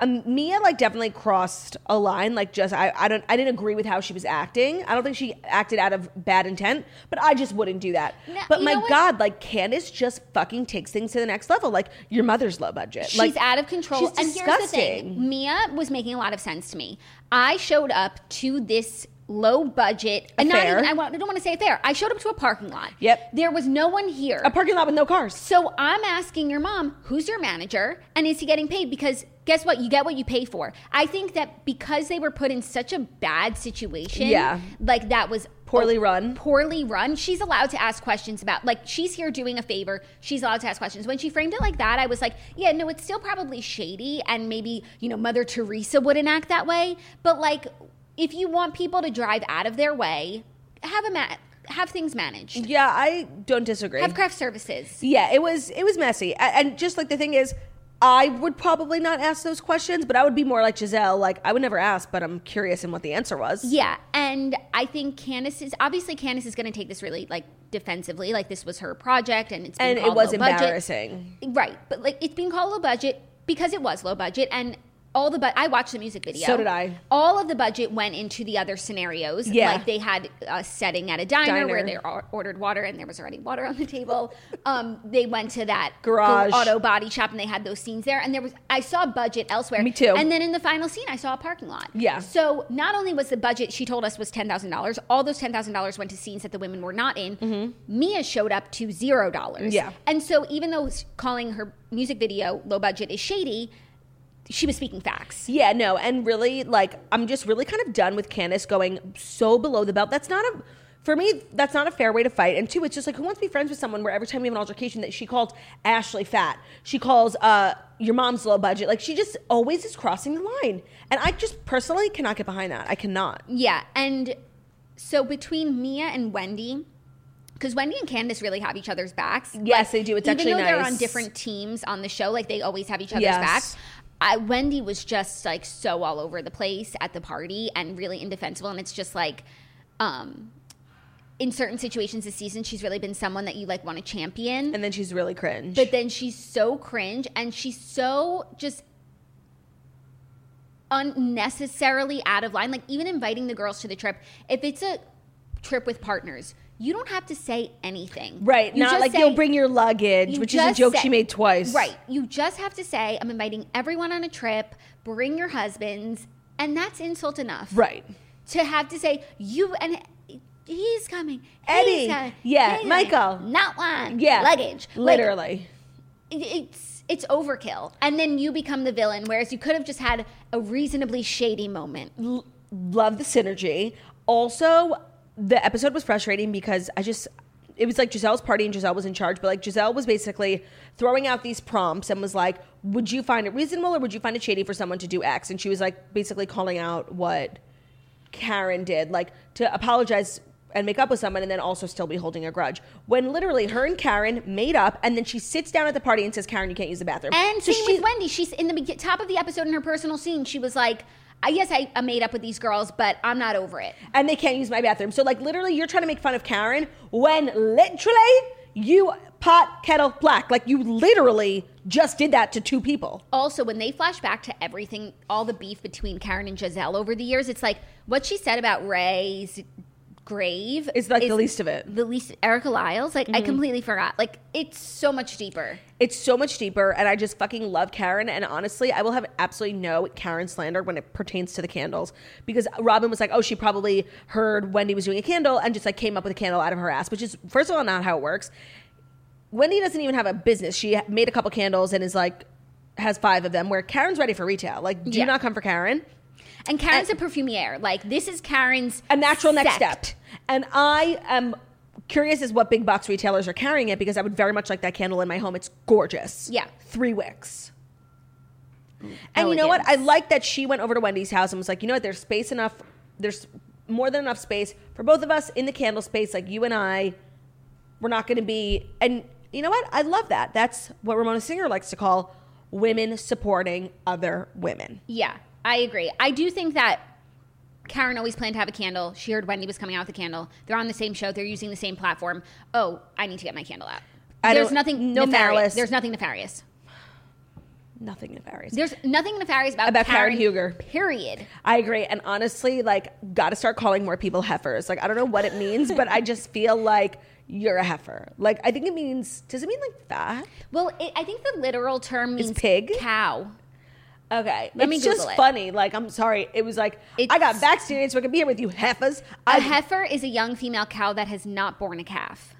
[SPEAKER 1] um, Mia like definitely crossed a line. Like just I, I don't I didn't agree with how she was acting. I don't think she acted out of bad intent, but I just wouldn't do that.
[SPEAKER 2] No,
[SPEAKER 1] but
[SPEAKER 2] you
[SPEAKER 1] my
[SPEAKER 2] know what?
[SPEAKER 1] God, like Candace just fucking takes things to the next level. Like your mother's low budget.
[SPEAKER 2] She's
[SPEAKER 1] like,
[SPEAKER 2] out of control.
[SPEAKER 1] She's
[SPEAKER 2] and
[SPEAKER 1] disgusting.
[SPEAKER 2] here's the thing Mia was making a lot of sense to me. I showed up to this low budget and not
[SPEAKER 1] Affair.
[SPEAKER 2] even, I, want, I don't want to say affair. I showed up to a parking lot.
[SPEAKER 1] Yep.
[SPEAKER 2] There was no one here.
[SPEAKER 1] A parking lot with no cars.
[SPEAKER 2] so I'm asking your mom, who's your manager and is he getting paid? Because guess what? You get what you pay for. I think that because they were put in such a bad situation,
[SPEAKER 1] Yeah.
[SPEAKER 2] like that was
[SPEAKER 1] Poorly run.
[SPEAKER 2] poorly run, she's allowed to ask questions about like she's here doing a favor. She's allowed to ask questions. When she framed it like that, I was like, yeah, no, it's still probably shady, and maybe you know Mother Teresa wouldn't act that way. But like, if you want people to drive out of their way, have a ma- have things managed.
[SPEAKER 1] Yeah, I don't disagree.
[SPEAKER 2] Have craft services.
[SPEAKER 1] yeah, it was it was messy, A- and just like the thing is, I would probably not ask those questions, but I would be more like Giselle. Like I would never ask, but I'm curious in what the answer was.
[SPEAKER 2] Yeah, and I think Candace is obviously Candace is going to take this really like defensively, like this was her project, and it's being
[SPEAKER 1] and it
[SPEAKER 2] called
[SPEAKER 1] was
[SPEAKER 2] low budget.
[SPEAKER 1] embarrassing.
[SPEAKER 2] Right, but like it's being called low budget because it was low budget and all the but I watched the music video.
[SPEAKER 1] So did I.
[SPEAKER 2] All of the budget went into the other scenarios.
[SPEAKER 1] Yeah.
[SPEAKER 2] like they had a setting at a diner, where
[SPEAKER 1] Diner.
[SPEAKER 2] they or- ordered water and there was already water on the table. um, they went to that
[SPEAKER 1] Garage.
[SPEAKER 2] auto body shop and they had those scenes there. And there was I saw budget elsewhere.
[SPEAKER 1] Me too.
[SPEAKER 2] And then in the final scene, I saw a parking lot.
[SPEAKER 1] Yeah.
[SPEAKER 2] So not only was the budget she told us was ten thousand dollars, all those ten thousand dollars went to scenes that the women were not in. Mia showed up to zero dollars.
[SPEAKER 1] Yeah.
[SPEAKER 2] And so even though s- calling her music video low budget is shady, she was speaking facts.
[SPEAKER 1] Yeah, no, and really, like, I'm just really kind of done with Candace going so below the belt. That's not a, for me, that's not a fair way to fight. And two, it's just like, who wants to be friends with someone where every time you have an altercation that she called Ashley fat, she calls uh, your mom's low budget. Like, she just always is crossing the line. And I just personally cannot get behind that. I cannot.
[SPEAKER 2] Yeah. And so between Mia and Wendy, because Wendy and Candace really have each other's backs.
[SPEAKER 1] Yes, they do. It's
[SPEAKER 2] even
[SPEAKER 1] actually
[SPEAKER 2] though they're
[SPEAKER 1] nice.
[SPEAKER 2] on different teams on the show, like they always have each other's
[SPEAKER 1] Yes.
[SPEAKER 2] backs. I, Wendy was just like so all over the place at the party and really indefensible. And it's just like, um, in certain situations this season, she's really been someone that you like want to champion.
[SPEAKER 1] And then she's really cringe.
[SPEAKER 2] But then she's so cringe and she's so just unnecessarily out of line. Like even inviting the girls to the trip, if it's a trip with partners, you don't have to say anything.
[SPEAKER 1] right,
[SPEAKER 2] You
[SPEAKER 1] not
[SPEAKER 2] just
[SPEAKER 1] like
[SPEAKER 2] say-
[SPEAKER 1] you'll bring your luggage,
[SPEAKER 2] you
[SPEAKER 1] which is a
[SPEAKER 2] just
[SPEAKER 1] joke
[SPEAKER 2] say-
[SPEAKER 1] she made twice.
[SPEAKER 2] Right. You just have to say, I'm inviting everyone on a trip, bring your husbands, and that's insult enough.
[SPEAKER 1] Right.
[SPEAKER 2] To have to say, you and he's coming.
[SPEAKER 1] Eddie.
[SPEAKER 2] He's coming,
[SPEAKER 1] Yeah,
[SPEAKER 2] he's coming."
[SPEAKER 1] Michael.
[SPEAKER 2] Not one.
[SPEAKER 1] Yeah.
[SPEAKER 2] Luggage. Like,
[SPEAKER 1] Literally.
[SPEAKER 2] it- it's it's overkill and then you become the villain whereas you could have just had a reasonably shady moment
[SPEAKER 1] l- love the synergy. Also, the episode was frustrating because I just it was like Giselle's party and Giselle was in charge, but like Giselle was basically throwing out these prompts and was like, "Would you find it reasonable or would you find it shady for someone to do X?" And she was like basically calling out what Karen did, like to apologize and make up with someone and then also still be holding a grudge. When literally her and Karen made up and then she sits down at the party and says, Karen, you can't use the bathroom.
[SPEAKER 2] And
[SPEAKER 1] so
[SPEAKER 2] same
[SPEAKER 1] she-
[SPEAKER 2] with Wendy. She's in the be- top of the episode in her personal scene. She was like, "I guess I, I made up with these girls, but I'm not over it."
[SPEAKER 1] and they can't use my bathroom. So like literally you're trying to make fun of Karen when literally you pot kettle black. Like you literally just did that to two people.
[SPEAKER 2] Also, when they flash back to everything, all the beef between Karen and Giselle over the years, it's like what she said about Ray's grave
[SPEAKER 1] It's like the least of it.
[SPEAKER 2] The least Erica Lyles. Like
[SPEAKER 1] Mm-hmm.
[SPEAKER 2] I completely forgot. Like it's so much deeper.
[SPEAKER 1] It's so much deeper and I just fucking love Karen and honestly, I will have absolutely no Karen slander when it pertains to the candles because Robin was like, "Oh, she probably heard Wendy was doing a candle and just like came up with a candle out of her ass," which is first of all not how it works. Wendy doesn't even have a business. She made a couple candles and is like has five of them where Karen's ready for retail. Like do
[SPEAKER 2] Yeah.
[SPEAKER 1] not come for Karen.
[SPEAKER 2] And Karen's a perfumier. Like this is Karen's
[SPEAKER 1] Uh, a natural next
[SPEAKER 2] sect.
[SPEAKER 1] step. And I am curious as what big box retailers are carrying it because I would very much like that candle in my home. It's gorgeous.
[SPEAKER 2] Yeah.
[SPEAKER 1] Three wicks. And you know what? I
[SPEAKER 2] Elegance.
[SPEAKER 1] like that she went over to Wendy's house and was like, you know what? There's space enough. There's more than enough space for both of us in the candle space. Like you and I, we're not going to be. And you know what? I love that. That's what Ramona Singer likes to call women supporting other women.
[SPEAKER 2] Yeah, I agree. I do think that Karen always planned to have a candle. She heard Wendy was coming out with a candle. They're on the same show. They're using the same platform. Oh, I need to get my candle out.
[SPEAKER 1] I
[SPEAKER 2] There's
[SPEAKER 1] don't-
[SPEAKER 2] nothing
[SPEAKER 1] no
[SPEAKER 2] nefarious.
[SPEAKER 1] malice.
[SPEAKER 2] There's nothing nefarious.
[SPEAKER 1] Nothing nefarious.
[SPEAKER 2] There's nothing nefarious about,
[SPEAKER 1] About Karen Huger.
[SPEAKER 2] Period.
[SPEAKER 1] I agree. And honestly, like, gotta start calling more people heifers. Like, I don't know what it means, but I just feel like you're a heifer. Like, I think it means, does it mean like fat?
[SPEAKER 2] Well, it, I think the literal term
[SPEAKER 1] Is
[SPEAKER 2] means
[SPEAKER 1] pig?
[SPEAKER 2] cow.
[SPEAKER 1] Okay. it's
[SPEAKER 2] Let me Google
[SPEAKER 1] just
[SPEAKER 2] it.
[SPEAKER 1] funny. Like, I'm sorry. It was like, I got
[SPEAKER 2] It's-
[SPEAKER 1] vaccinated so I could be here with you heifers.
[SPEAKER 2] A
[SPEAKER 1] I
[SPEAKER 2] heifer is a young female cow that has not born a calf.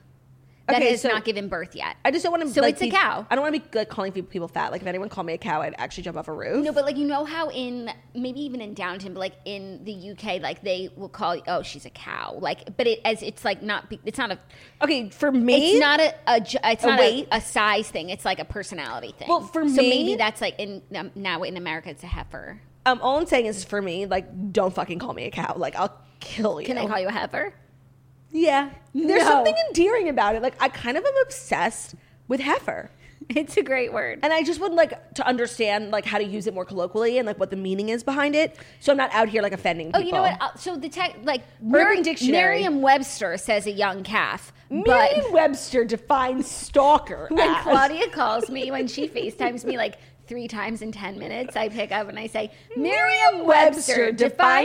[SPEAKER 2] That
[SPEAKER 1] Okay,
[SPEAKER 2] has
[SPEAKER 1] so-
[SPEAKER 2] not given birth yet.
[SPEAKER 1] I just don't want to.
[SPEAKER 2] So
[SPEAKER 1] like,
[SPEAKER 2] it's a
[SPEAKER 1] be-
[SPEAKER 2] cow.
[SPEAKER 1] I don't want to be like, calling pe- people fat. Like, if anyone called me a cow, I'd actually jump off a roof.
[SPEAKER 2] No, but like you know how in maybe even in Downton, but like in the UK, like they will call oh she's a cow, like but it as it's like not be- it's not a
[SPEAKER 1] okay, for me,
[SPEAKER 2] it's not a, a ju- it's
[SPEAKER 1] A
[SPEAKER 2] not
[SPEAKER 1] weight?
[SPEAKER 2] a, a size thing, it's like a personality thing.
[SPEAKER 1] Well, for
[SPEAKER 2] so
[SPEAKER 1] me-
[SPEAKER 2] maybe that's like in um, now in America it's a heifer.
[SPEAKER 1] um, all I'm saying is for me, like, don't fucking call me a cow. Like, I'll kill you.
[SPEAKER 2] Can I call you a heifer?
[SPEAKER 1] Yeah. There's
[SPEAKER 2] No.
[SPEAKER 1] something endearing about it. Like, I kind of am obsessed with heifer.
[SPEAKER 2] It's a great word.
[SPEAKER 1] and I just would like to understand like how to use it more colloquially and like what the meaning is behind it. So I'm not out here like offending
[SPEAKER 2] Oh,
[SPEAKER 1] people.
[SPEAKER 2] you know what? I'll- So the tech like
[SPEAKER 1] Dictionary.
[SPEAKER 2] Merriam-Webster says a young calf, but
[SPEAKER 1] Merriam-Webster defines stalker.
[SPEAKER 2] when
[SPEAKER 1] as-
[SPEAKER 2] Claudia calls me, when she FaceTimes me like three times in 10 minutes, I pick up and I say, Merriam Webster,
[SPEAKER 1] Merriam-Webster
[SPEAKER 2] define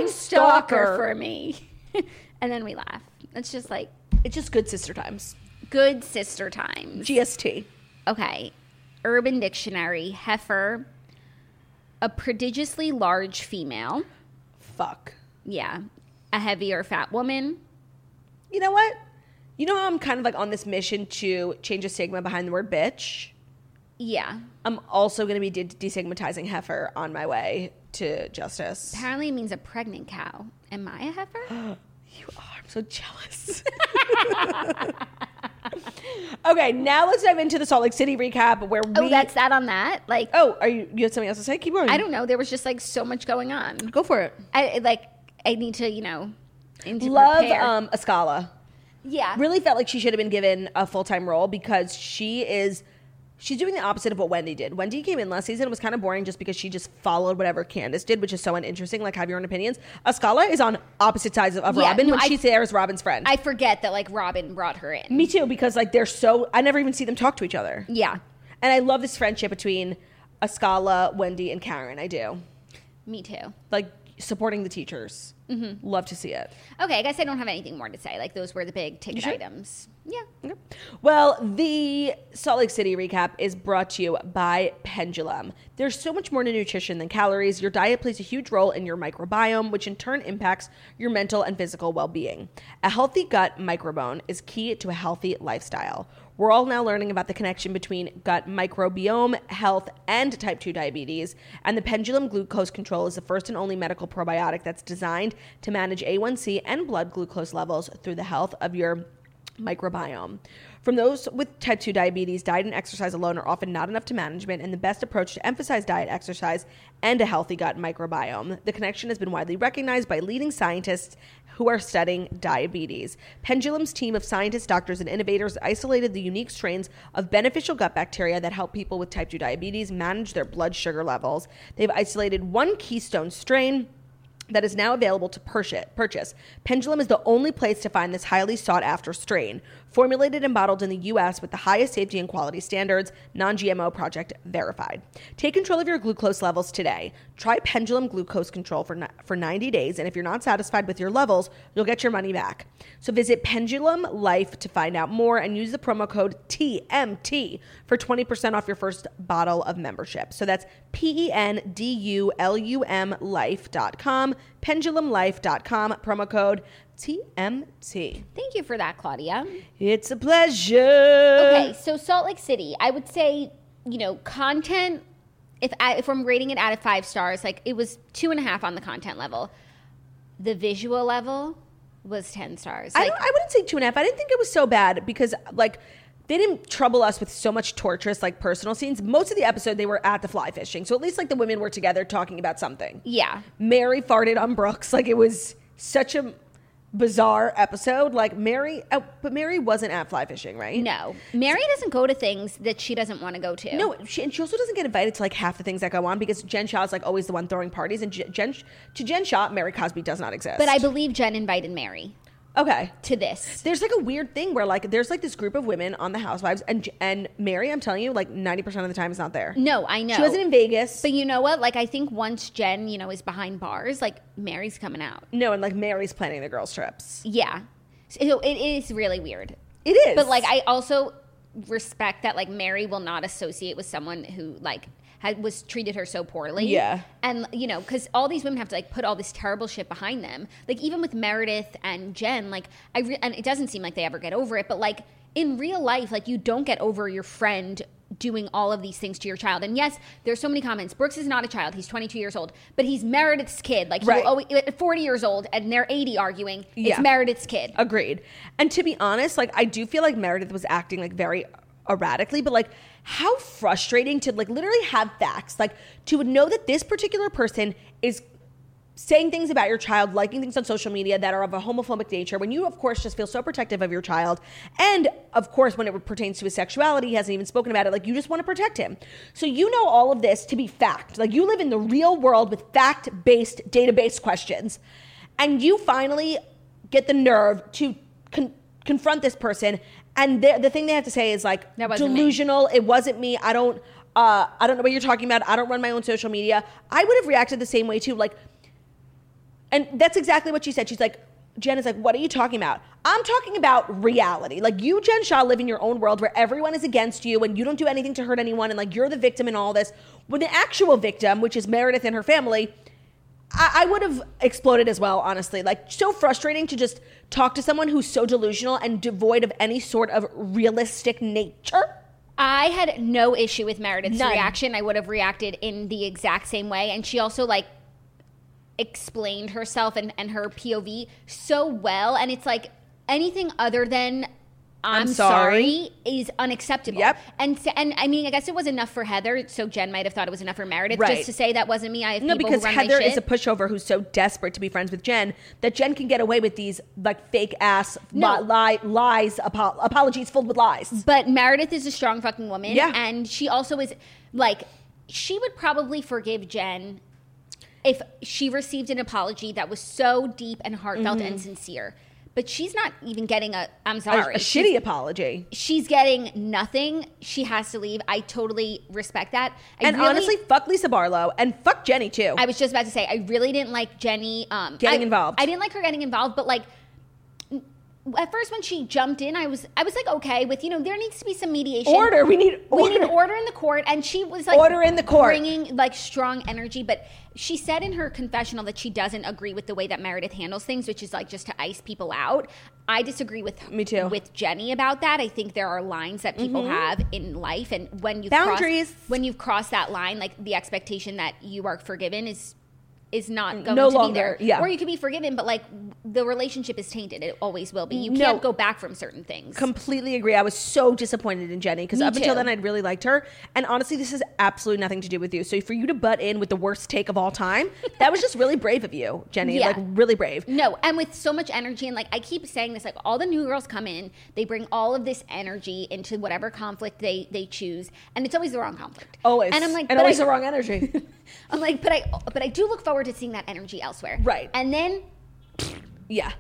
[SPEAKER 1] defines
[SPEAKER 2] stalker
[SPEAKER 1] stalker."
[SPEAKER 2] for me. and then we laugh. It's just like
[SPEAKER 1] it's just good sister times.
[SPEAKER 2] good sister times.
[SPEAKER 1] GST.
[SPEAKER 2] Okay. Urban Dictionary, heifer, a prodigiously large female.
[SPEAKER 1] Fuck.
[SPEAKER 2] Yeah. A heavy or fat woman.
[SPEAKER 1] You know what? You know how I'm kind of like on this mission to change the stigma behind the word bitch.
[SPEAKER 2] Yeah.
[SPEAKER 1] I'm also going to be de- destigmatizing heifer on my way to justice.
[SPEAKER 2] Apparently it means a pregnant cow. Am I a heifer?
[SPEAKER 1] You are. I'm so jealous. okay, now let's dive into the Salt Lake City recap where we
[SPEAKER 2] Oh, that's that on that? Like,
[SPEAKER 1] Oh, are you? You had something else to say? Keep going.
[SPEAKER 2] I don't know. There was just like so much going on.
[SPEAKER 1] go for it.
[SPEAKER 2] I I, like. I need to, you know, I need to
[SPEAKER 1] Love
[SPEAKER 2] prepare.
[SPEAKER 1] um, Ascala.
[SPEAKER 2] yeah,
[SPEAKER 1] Really felt like she should have been given a full time role because she is. She's doing the opposite of what Wendy did. Wendy came in last season and was kind of boring just because she just followed whatever Candace did, which is so uninteresting. Like, have your own opinions. Ascala is on opposite sides of, of
[SPEAKER 2] Yeah,
[SPEAKER 1] Robin
[SPEAKER 2] no,
[SPEAKER 1] when
[SPEAKER 2] I-
[SPEAKER 1] she's there as Robin's friend.
[SPEAKER 2] I forget that like Robin brought her in.
[SPEAKER 1] Me too, because like they're so. I never even see them talk to each other.
[SPEAKER 2] Yeah,
[SPEAKER 1] And I love this friendship between Ascala, Wendy, and Karen. I do.
[SPEAKER 2] me too.
[SPEAKER 1] Like, supporting the teachers. Love to see it.
[SPEAKER 2] Okay, I guess I don't have anything more to say. Like those were the big ticket
[SPEAKER 1] sure?
[SPEAKER 2] items. Yeah.
[SPEAKER 1] Okay. Well, the Salt Lake City recap is brought to you by Pendulum. There's so much more to nutrition than calories. Your diet plays a huge role in your microbiome, which in turn impacts your mental and physical well being. A healthy gut microbiome is key to a healthy lifestyle. We're all now learning about the connection between gut microbiome health and type 2 diabetes, and the Pendulum Glucose Control is the first and only medical probiotic that's designed to manage A1C and blood glucose levels through the health of your microbiome. From those with type 2 diabetes, diet and exercise alone are often not enough to management, and the best approach to emphasize diet, exercise, and a healthy gut microbiome. The connection has been widely recognized by leading scientists who are studying diabetes. Pendulum's team of scientists, doctors, and innovators isolated the unique strains of beneficial gut bacteria that help people with type 2 diabetes manage their blood sugar levels. They've isolated one keystone strain that is now available to purcha- purchase. Pendulum is the only place to find this highly sought after strain, formulated and bottled in the US with the highest safety and quality standards, non GMO project verified. Take control of your glucose levels today. Try Pendulum Glucose Control for, ni- for 90 days, and if you're not satisfied with your levels, you'll get your money back. So visit Pendulum Life to find out more and use the promo code TMT for 20% off your first bottle of membership. So that's P E N D U L U M life.com, pendulumlife.com, promo code TMT.
[SPEAKER 2] Thank you for that, Claudia.
[SPEAKER 1] It's a pleasure.
[SPEAKER 2] Okay, so Salt Lake City, I would say, you know, content. If I, if I'm rating it out of five stars, like it was two and a half on the content level, the visual level was ten stars.
[SPEAKER 1] I,
[SPEAKER 2] Like,
[SPEAKER 1] don't, I wouldn't say two and a half. I didn't think it was so bad because, like, they didn't trouble us with so much torturous, like, personal scenes. Most of the episode, they were at the fly fishing. So at least, like, the women were together talking about something.
[SPEAKER 2] yeah,
[SPEAKER 1] Mary farted on Brooks. Like it was such a bizarre episode. Like Mary, oh, but Mary wasn't at fly fishing, right?
[SPEAKER 2] no, Mary doesn't go to things that she doesn't want to go to.
[SPEAKER 1] No, she, and she also doesn't get invited to like half the things that go on because Jen Shaw is like always the one throwing parties, and Jen, Jen to Jen Shaw, Mary Cosby does not exist.
[SPEAKER 2] but I believe Jen invited Mary
[SPEAKER 1] okay.
[SPEAKER 2] to this.
[SPEAKER 1] There's like a weird thing where like there's like this group of women on the Housewives, and J- and Mary, I'm telling you, like 90 percent of the time is not there.
[SPEAKER 2] No, I know
[SPEAKER 1] She wasn't in Vegas.
[SPEAKER 2] But you know what? Like, I think once Jen, you know, is behind bars, like Mary's coming out.
[SPEAKER 1] no, and like Mary's planning the girls' trips.
[SPEAKER 2] Yeah, so it is really weird.
[SPEAKER 1] It is,
[SPEAKER 2] But like, I also respect that like Mary will not associate with someone who like had, was treated her so poorly.
[SPEAKER 1] Yeah.
[SPEAKER 2] and you know, because all these women have to like put all this terrible shit behind them. Like even with Meredith and Jen, like I re- and it doesn't seem like they ever get over it. But like in real life, like you don't get over your friend doing all of these things to your child. And yes, there's so many comments. Brooks is not a child. He's 22 years old, but he's Meredith's kid. Like he
[SPEAKER 1] Right.
[SPEAKER 2] will always, at 40 years old and they're 80 arguing.
[SPEAKER 1] Yeah.
[SPEAKER 2] It's Meredith's kid.
[SPEAKER 1] Agreed. And to be honest, like I do feel like Meredith was acting like very erratically, but like how frustrating to like literally have facts, like to know that this particular person is saying things about your child, liking things on social media that are of a homophobic nature, when you, of course, just feel so protective of your child. And of course, when it pertains to his sexuality, he hasn't even spoken about it. Like, you just want to protect him. So, you know all of this to be fact. Like, you live in the real world with fact based database questions. And you finally get the nerve to con- confront this person. And the, the thing they have to say is like,
[SPEAKER 2] That wasn't me.
[SPEAKER 1] delusion delusional. It wasn't me. I don't. Uh, I don't know what you're talking about. I don't run my own social media. I would have reacted the same way too. Like, and that's exactly what she said. She's like, Jen is like, what are you talking about? I'm talking about reality. Like you, Jen Shaw, live in your own world where everyone is against you and you don't do anything to hurt anyone and like you're the victim in all this. When the actual victim, which is Meredith and her family, I, I would have exploded as well, honestly. Like, so frustrating to just talk to someone who's so delusional and devoid of any sort of realistic nature.
[SPEAKER 2] I had no issue with Meredith's
[SPEAKER 1] None.
[SPEAKER 2] reaction. I would have reacted in the exact same way. And she also like explained herself and, and her POV so well. And it's like anything other than I'm,
[SPEAKER 1] sorry."
[SPEAKER 2] sorry. is unacceptable.
[SPEAKER 1] Yep.
[SPEAKER 2] And so, and I mean, I guess it was enough for Heather. So Jen might have thought it was enough for Meredith
[SPEAKER 1] Right.
[SPEAKER 2] just to say that wasn't me. I have
[SPEAKER 1] No,
[SPEAKER 2] people
[SPEAKER 1] because
[SPEAKER 2] who run
[SPEAKER 1] Heather
[SPEAKER 2] my shit.
[SPEAKER 1] is a pushover who's so desperate to be friends with Jen that Jen can get away with these like fake ass
[SPEAKER 2] No.
[SPEAKER 1] li- lie, lies, apo- apologies filled with lies.
[SPEAKER 2] But Meredith is a strong fucking woman.
[SPEAKER 1] Yeah.
[SPEAKER 2] And she also is like, she would probably forgive Jen if she received an apology that was so deep and heartfelt and sincere. But she's not even getting a, I'm
[SPEAKER 1] Mm-hmm. A,
[SPEAKER 2] sorry.
[SPEAKER 1] a
[SPEAKER 2] She's-
[SPEAKER 1] shitty apology.
[SPEAKER 2] She's getting nothing. She has to leave. I totally respect that. I
[SPEAKER 1] and
[SPEAKER 2] really-
[SPEAKER 1] honestly, fuck Lisa Barlow and fuck Jenny too.
[SPEAKER 2] I was just about to say, I really didn't like Jenny um,
[SPEAKER 1] Getting
[SPEAKER 2] I-
[SPEAKER 1] involved.
[SPEAKER 2] I didn't like her getting involved, but like at first when she jumped in, I was I was like okay with you know there needs to be some mediation.
[SPEAKER 1] Order. We need
[SPEAKER 2] We need
[SPEAKER 1] order.
[SPEAKER 2] order in the court, and she was like
[SPEAKER 1] Order in the court.
[SPEAKER 2] bringing like strong energy. But she said in her confessional that she doesn't agree with the way that Meredith handles things, which is like just to ice people out. I disagree with
[SPEAKER 1] Me too. Mm-hmm.
[SPEAKER 2] with Jenny about that. I think there are lines that people have in life, and when you
[SPEAKER 1] Boundaries.
[SPEAKER 2] cross, when you've crossed that line, like the expectation that you are forgiven is is not going
[SPEAKER 1] No
[SPEAKER 2] to
[SPEAKER 1] longer,
[SPEAKER 2] be there.
[SPEAKER 1] yeah.
[SPEAKER 2] Or you could be forgiven, but like the relationship is tainted. It always will be. You
[SPEAKER 1] No.
[SPEAKER 2] can't go back from certain things.
[SPEAKER 1] Completely agree. I was so disappointed in Jenny because
[SPEAKER 2] Me
[SPEAKER 1] up until
[SPEAKER 2] too.
[SPEAKER 1] then I'd really liked her. And honestly, this has absolutely nothing to do with you. So for you to butt in with the worst take of all time, that was just really brave of you, Jenny.
[SPEAKER 2] Yeah.
[SPEAKER 1] Like really brave.
[SPEAKER 2] No, and with so much energy, and like I keep saying this, like all the new girls come in, they bring all of this energy into whatever conflict they they choose, and it's always the wrong conflict.
[SPEAKER 1] Always.
[SPEAKER 2] and I'm like,
[SPEAKER 1] and
[SPEAKER 2] but
[SPEAKER 1] always
[SPEAKER 2] I-
[SPEAKER 1] the wrong energy.
[SPEAKER 2] I'm like, but I but I do look forward to seeing that energy elsewhere.
[SPEAKER 1] Right.
[SPEAKER 2] And then
[SPEAKER 1] yeah.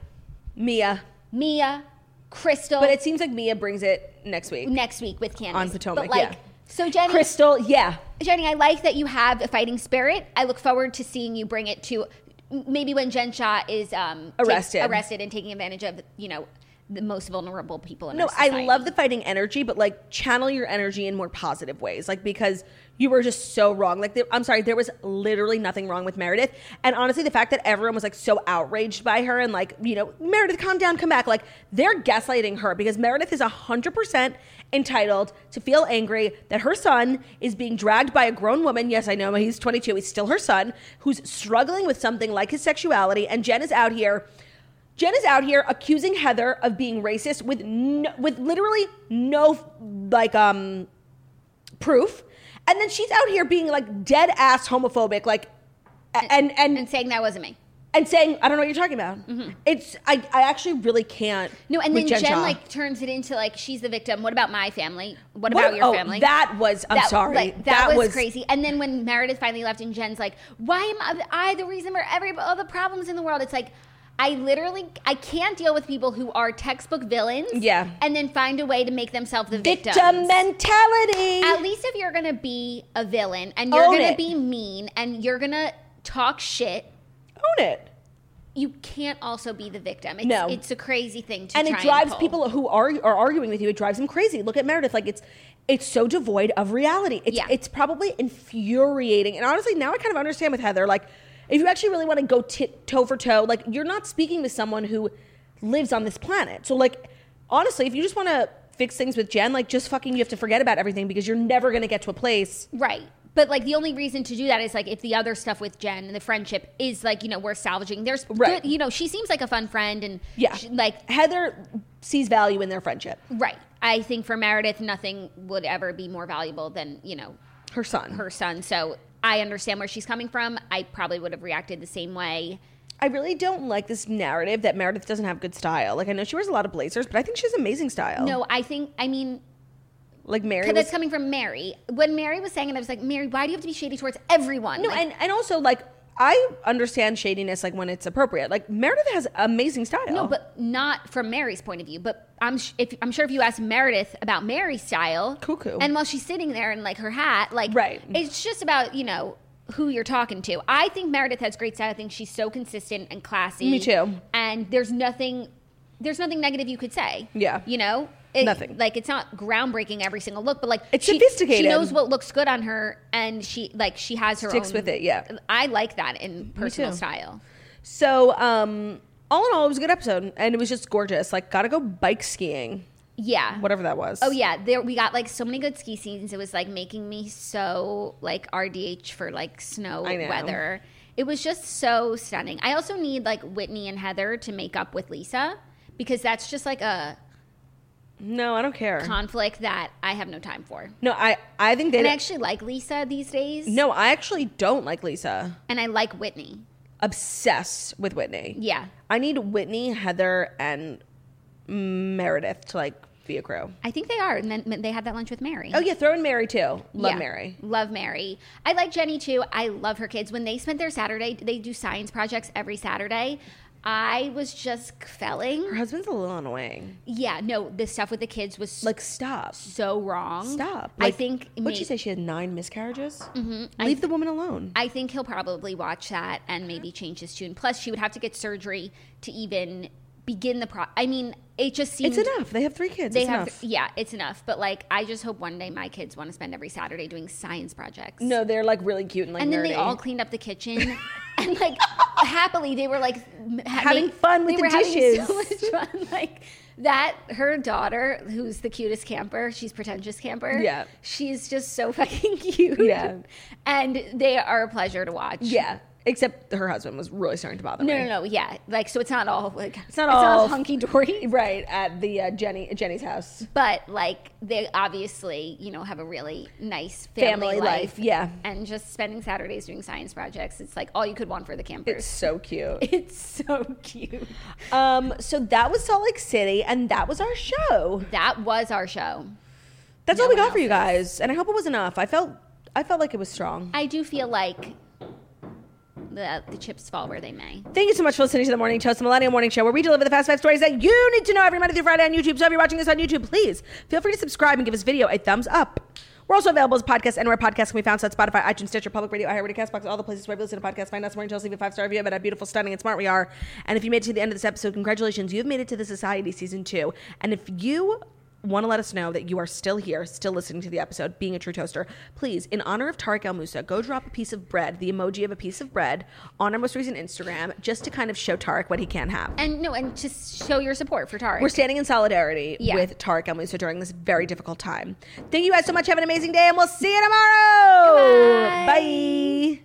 [SPEAKER 1] Mia.
[SPEAKER 2] Mia, Crystal,
[SPEAKER 1] But it seems like Mia brings it next week.
[SPEAKER 2] next week with Candace
[SPEAKER 1] On Potomac,
[SPEAKER 2] But like,
[SPEAKER 1] yeah.
[SPEAKER 2] so Jenny,
[SPEAKER 1] Crystal, yeah.
[SPEAKER 2] Jenny, I like that you have a fighting spirit. I look forward to seeing you bring it to maybe when Jen Shah is um, ta-
[SPEAKER 1] Arrested.
[SPEAKER 2] arrested and taking advantage of you know the most vulnerable people in
[SPEAKER 1] No,
[SPEAKER 2] our
[SPEAKER 1] I
[SPEAKER 2] society.
[SPEAKER 1] love the fighting energy, but like channel your energy in more positive ways. Like because you were just so wrong. Like there, I'm sorry, there was literally nothing wrong with Meredith. And honestly, the fact that everyone was like so outraged by her and like you know Meredith, calm down, come back. Like they're gaslighting her because Meredith is hundred percent entitled to feel angry that her son is being dragged by a grown woman. Yes, I know he's 22. He's still her son who's struggling with something like his sexuality. And Jen is out here. Jen is out here accusing Heather of being racist with no, with literally no like um proof, and then she's out here being like dead ass homophobic, like a- and and
[SPEAKER 2] and
[SPEAKER 1] and,
[SPEAKER 2] saying that wasn't me.
[SPEAKER 1] saying I don't know what you're talking about. It's I I actually really can't.
[SPEAKER 2] No, and
[SPEAKER 1] with
[SPEAKER 2] then Jen,
[SPEAKER 1] Shaw.
[SPEAKER 2] like turns it into like she's the victim. What about my family? What,
[SPEAKER 1] What-
[SPEAKER 2] about your
[SPEAKER 1] oh,
[SPEAKER 2] family?
[SPEAKER 1] That was I'm
[SPEAKER 2] That-
[SPEAKER 1] sorry.
[SPEAKER 2] like, that, was, crazy. And then when Meredith finally left, and Jen's like, "Why am I- I the reason for every all the problems in the world?" It's like. I literally I can't deal with people who are textbook villains.
[SPEAKER 1] Yeah.
[SPEAKER 2] And then find a way to make themselves the victim.
[SPEAKER 1] Victim mentality.
[SPEAKER 2] At least if you're gonna be a villain and you're
[SPEAKER 1] Own
[SPEAKER 2] gonna
[SPEAKER 1] it.
[SPEAKER 2] be mean and you're gonna talk shit,
[SPEAKER 1] Own it.
[SPEAKER 2] you can't also be the victim. It's,
[SPEAKER 1] No.
[SPEAKER 2] it's a crazy thing to
[SPEAKER 1] and
[SPEAKER 2] try
[SPEAKER 1] it drives
[SPEAKER 2] pull.
[SPEAKER 1] people who are are arguing with you. It drives them crazy. Look at Meredith; like it's it's so devoid of reality. It's
[SPEAKER 2] Yeah.
[SPEAKER 1] it's probably infuriating. And honestly, now I kind of understand with Heather. Like, if you actually really want to go tit, toe for toe, like you're not speaking to someone who lives on this planet. So, like, honestly, if you just want to fix things with Jen, like just fucking you have to forget about everything because you're never going to get to a place.
[SPEAKER 2] Right. But like the only reason to do that is like if the other stuff with Jen and the friendship is like, you know, we're salvaging. There's
[SPEAKER 1] Right.
[SPEAKER 2] good, you know, she seems like a fun friend and
[SPEAKER 1] Yeah,
[SPEAKER 2] she- like
[SPEAKER 1] Heather sees value in their friendship.
[SPEAKER 2] right. I think for Meredith nothing would ever be more valuable than, you know,
[SPEAKER 1] Her son.
[SPEAKER 2] her son. So I understand where she's coming from. I probably would have reacted the same way.
[SPEAKER 1] I really don't like this narrative that Meredith doesn't have good style. Like I know she wears a lot of blazers, but I think she has amazing style.
[SPEAKER 2] No, I think I mean
[SPEAKER 1] like Mary.
[SPEAKER 2] 'cause
[SPEAKER 1] Was,
[SPEAKER 2] that's coming from Mary. When Mary was saying it, I was like, Mary, why do you have to be shady towards everyone?
[SPEAKER 1] no,
[SPEAKER 2] Like,
[SPEAKER 1] and and also like I understand shadiness like when it's appropriate. Like Meredith has amazing style.
[SPEAKER 2] No, but not from Mary's point of view. But I'm sh- if, I'm sure if you ask Meredith about Mary's style,
[SPEAKER 1] Cuckoo.
[SPEAKER 2] and while she's sitting there in like her hat, like
[SPEAKER 1] Right.
[SPEAKER 2] it's just about you know who you're talking to. I think Meredith has great style. I think she's so consistent and classy.
[SPEAKER 1] Me too.
[SPEAKER 2] And there's nothing, there's nothing negative you could say.
[SPEAKER 1] Yeah.
[SPEAKER 2] you know. It-
[SPEAKER 1] Nothing.
[SPEAKER 2] Like it's not groundbreaking every single look, but like
[SPEAKER 1] It's
[SPEAKER 2] she-
[SPEAKER 1] sophisticated.
[SPEAKER 2] She knows what looks good on her, and she like she has her
[SPEAKER 1] Sticks
[SPEAKER 2] own-
[SPEAKER 1] with it, yeah.
[SPEAKER 2] I like that in personal
[SPEAKER 1] too.
[SPEAKER 2] style.
[SPEAKER 1] so um, all in all, it was a good episode, and it was just gorgeous. Like gotta go bike skiing,
[SPEAKER 2] Yeah.
[SPEAKER 1] whatever that was.
[SPEAKER 2] Oh yeah, there we got like so many good ski scenes. It was like making me so like RDH for like snow
[SPEAKER 1] I know.
[SPEAKER 2] weather. It was just so stunning. I also need like Whitney and Heather to make up with Lisa because that's just like a
[SPEAKER 1] No, I don't care.
[SPEAKER 2] conflict that I have no time for.
[SPEAKER 1] no, I I think they.
[SPEAKER 2] And I actually like Lisa these days.
[SPEAKER 1] no, I actually don't like Lisa.
[SPEAKER 2] And I like Whitney.
[SPEAKER 1] Obsessed with Whitney.
[SPEAKER 2] Yeah.
[SPEAKER 1] I need Whitney, Heather, and Meredith to like be a crew.
[SPEAKER 2] I think they are. And then they had that lunch with Mary.
[SPEAKER 1] Oh yeah, throw in Mary too. Love
[SPEAKER 2] Yeah.
[SPEAKER 1] Mary.
[SPEAKER 2] Love Mary. I like Jenny too. I love her kids. When they spent their Saturday, they do science projects every Saturday. I was just
[SPEAKER 1] Her
[SPEAKER 2] felling.
[SPEAKER 1] husband's a little annoying.
[SPEAKER 2] Yeah, no, the stuff with the kids was
[SPEAKER 1] Like stop,
[SPEAKER 2] so wrong.
[SPEAKER 1] stop.
[SPEAKER 2] Mm-hmm. I
[SPEAKER 1] Like,
[SPEAKER 2] think.
[SPEAKER 1] What'd
[SPEAKER 2] may-
[SPEAKER 1] she say? She had nine miscarriages. Mm-hmm. Leave the woman alone.
[SPEAKER 2] I think he'll probably watch that and maybe change his tune. Plus, she would have to get surgery to even begin the pro. I mean, it just seems
[SPEAKER 1] it's enough. They have three kids.
[SPEAKER 2] Mm-hmm. They
[SPEAKER 1] it's
[SPEAKER 2] have,
[SPEAKER 1] enough.
[SPEAKER 2] yeah, it's enough. But like, I just hope one day my kids want to spend every Saturday doing science projects.
[SPEAKER 1] no, they're like really cute and like
[SPEAKER 2] and then
[SPEAKER 1] nerdy.
[SPEAKER 2] they all cleaned up the kitchen and like happily they were like m- ha-
[SPEAKER 1] Having fun with the
[SPEAKER 2] they were having
[SPEAKER 1] dishes.
[SPEAKER 2] so much fun like that her daughter who's the cutest camper she's pretentious camper
[SPEAKER 1] Yeah.
[SPEAKER 2] she's just so fucking cute
[SPEAKER 1] Yeah.
[SPEAKER 2] and they are a pleasure to watch
[SPEAKER 1] yeah. Except her husband was really starting to bother
[SPEAKER 2] No,
[SPEAKER 1] me.
[SPEAKER 2] no, no. Yeah, like so it's not all like it's
[SPEAKER 1] not all-
[SPEAKER 2] hunky dory,
[SPEAKER 1] Right at the uh, Jenny Jenny's house.
[SPEAKER 2] but like they obviously you know have a really nice family,
[SPEAKER 1] Family life, yeah.
[SPEAKER 2] and just spending Saturdays doing science projects. It's like all you could want for the campers.
[SPEAKER 1] It's so cute.
[SPEAKER 2] It's so cute.
[SPEAKER 1] Um, so that was Salt Lake City, and that was our show.
[SPEAKER 2] That was our show.
[SPEAKER 1] That's all
[SPEAKER 2] No
[SPEAKER 1] we
[SPEAKER 2] one
[SPEAKER 1] got for you
[SPEAKER 2] else's.
[SPEAKER 1] guys, and I hope it was enough. I felt I felt like it was strong.
[SPEAKER 2] I do feel like the the chips fall where they may.
[SPEAKER 1] Thank you so much for listening to the Morning Toast, the Millennial Morning Show, where we deliver the fast five stories that you need to know every Monday through Friday on YouTube. So if you're watching this on YouTube, please feel free to subscribe and give this video a thumbs up. We're also available as podcasts anywhere podcasts can be found, so that's Spotify, iTunes, Stitcher, Public Radio, iHeartRadio, CastBox, all the places where you listen to podcasts. Find us Morning Toast, leave a five-star review about how beautiful, stunning, and smart we are. And if you made it to the end of this episode, congratulations, you've made it to the Society Season 2. And if you want to let us know that you are still here, still listening to the episode, being a true toaster, please, in honor of Tariq El Musa, go drop a piece of bread, the emoji of a piece of bread, on our most recent Instagram, just to kind of show Tariq what he can have.
[SPEAKER 2] And no, and just show your support for Tara.
[SPEAKER 1] We're standing in solidarity
[SPEAKER 2] Yeah.
[SPEAKER 1] with Tariq El Musa during this very difficult time. Thank you guys so much. Have an amazing day, and we'll see you tomorrow. Bye.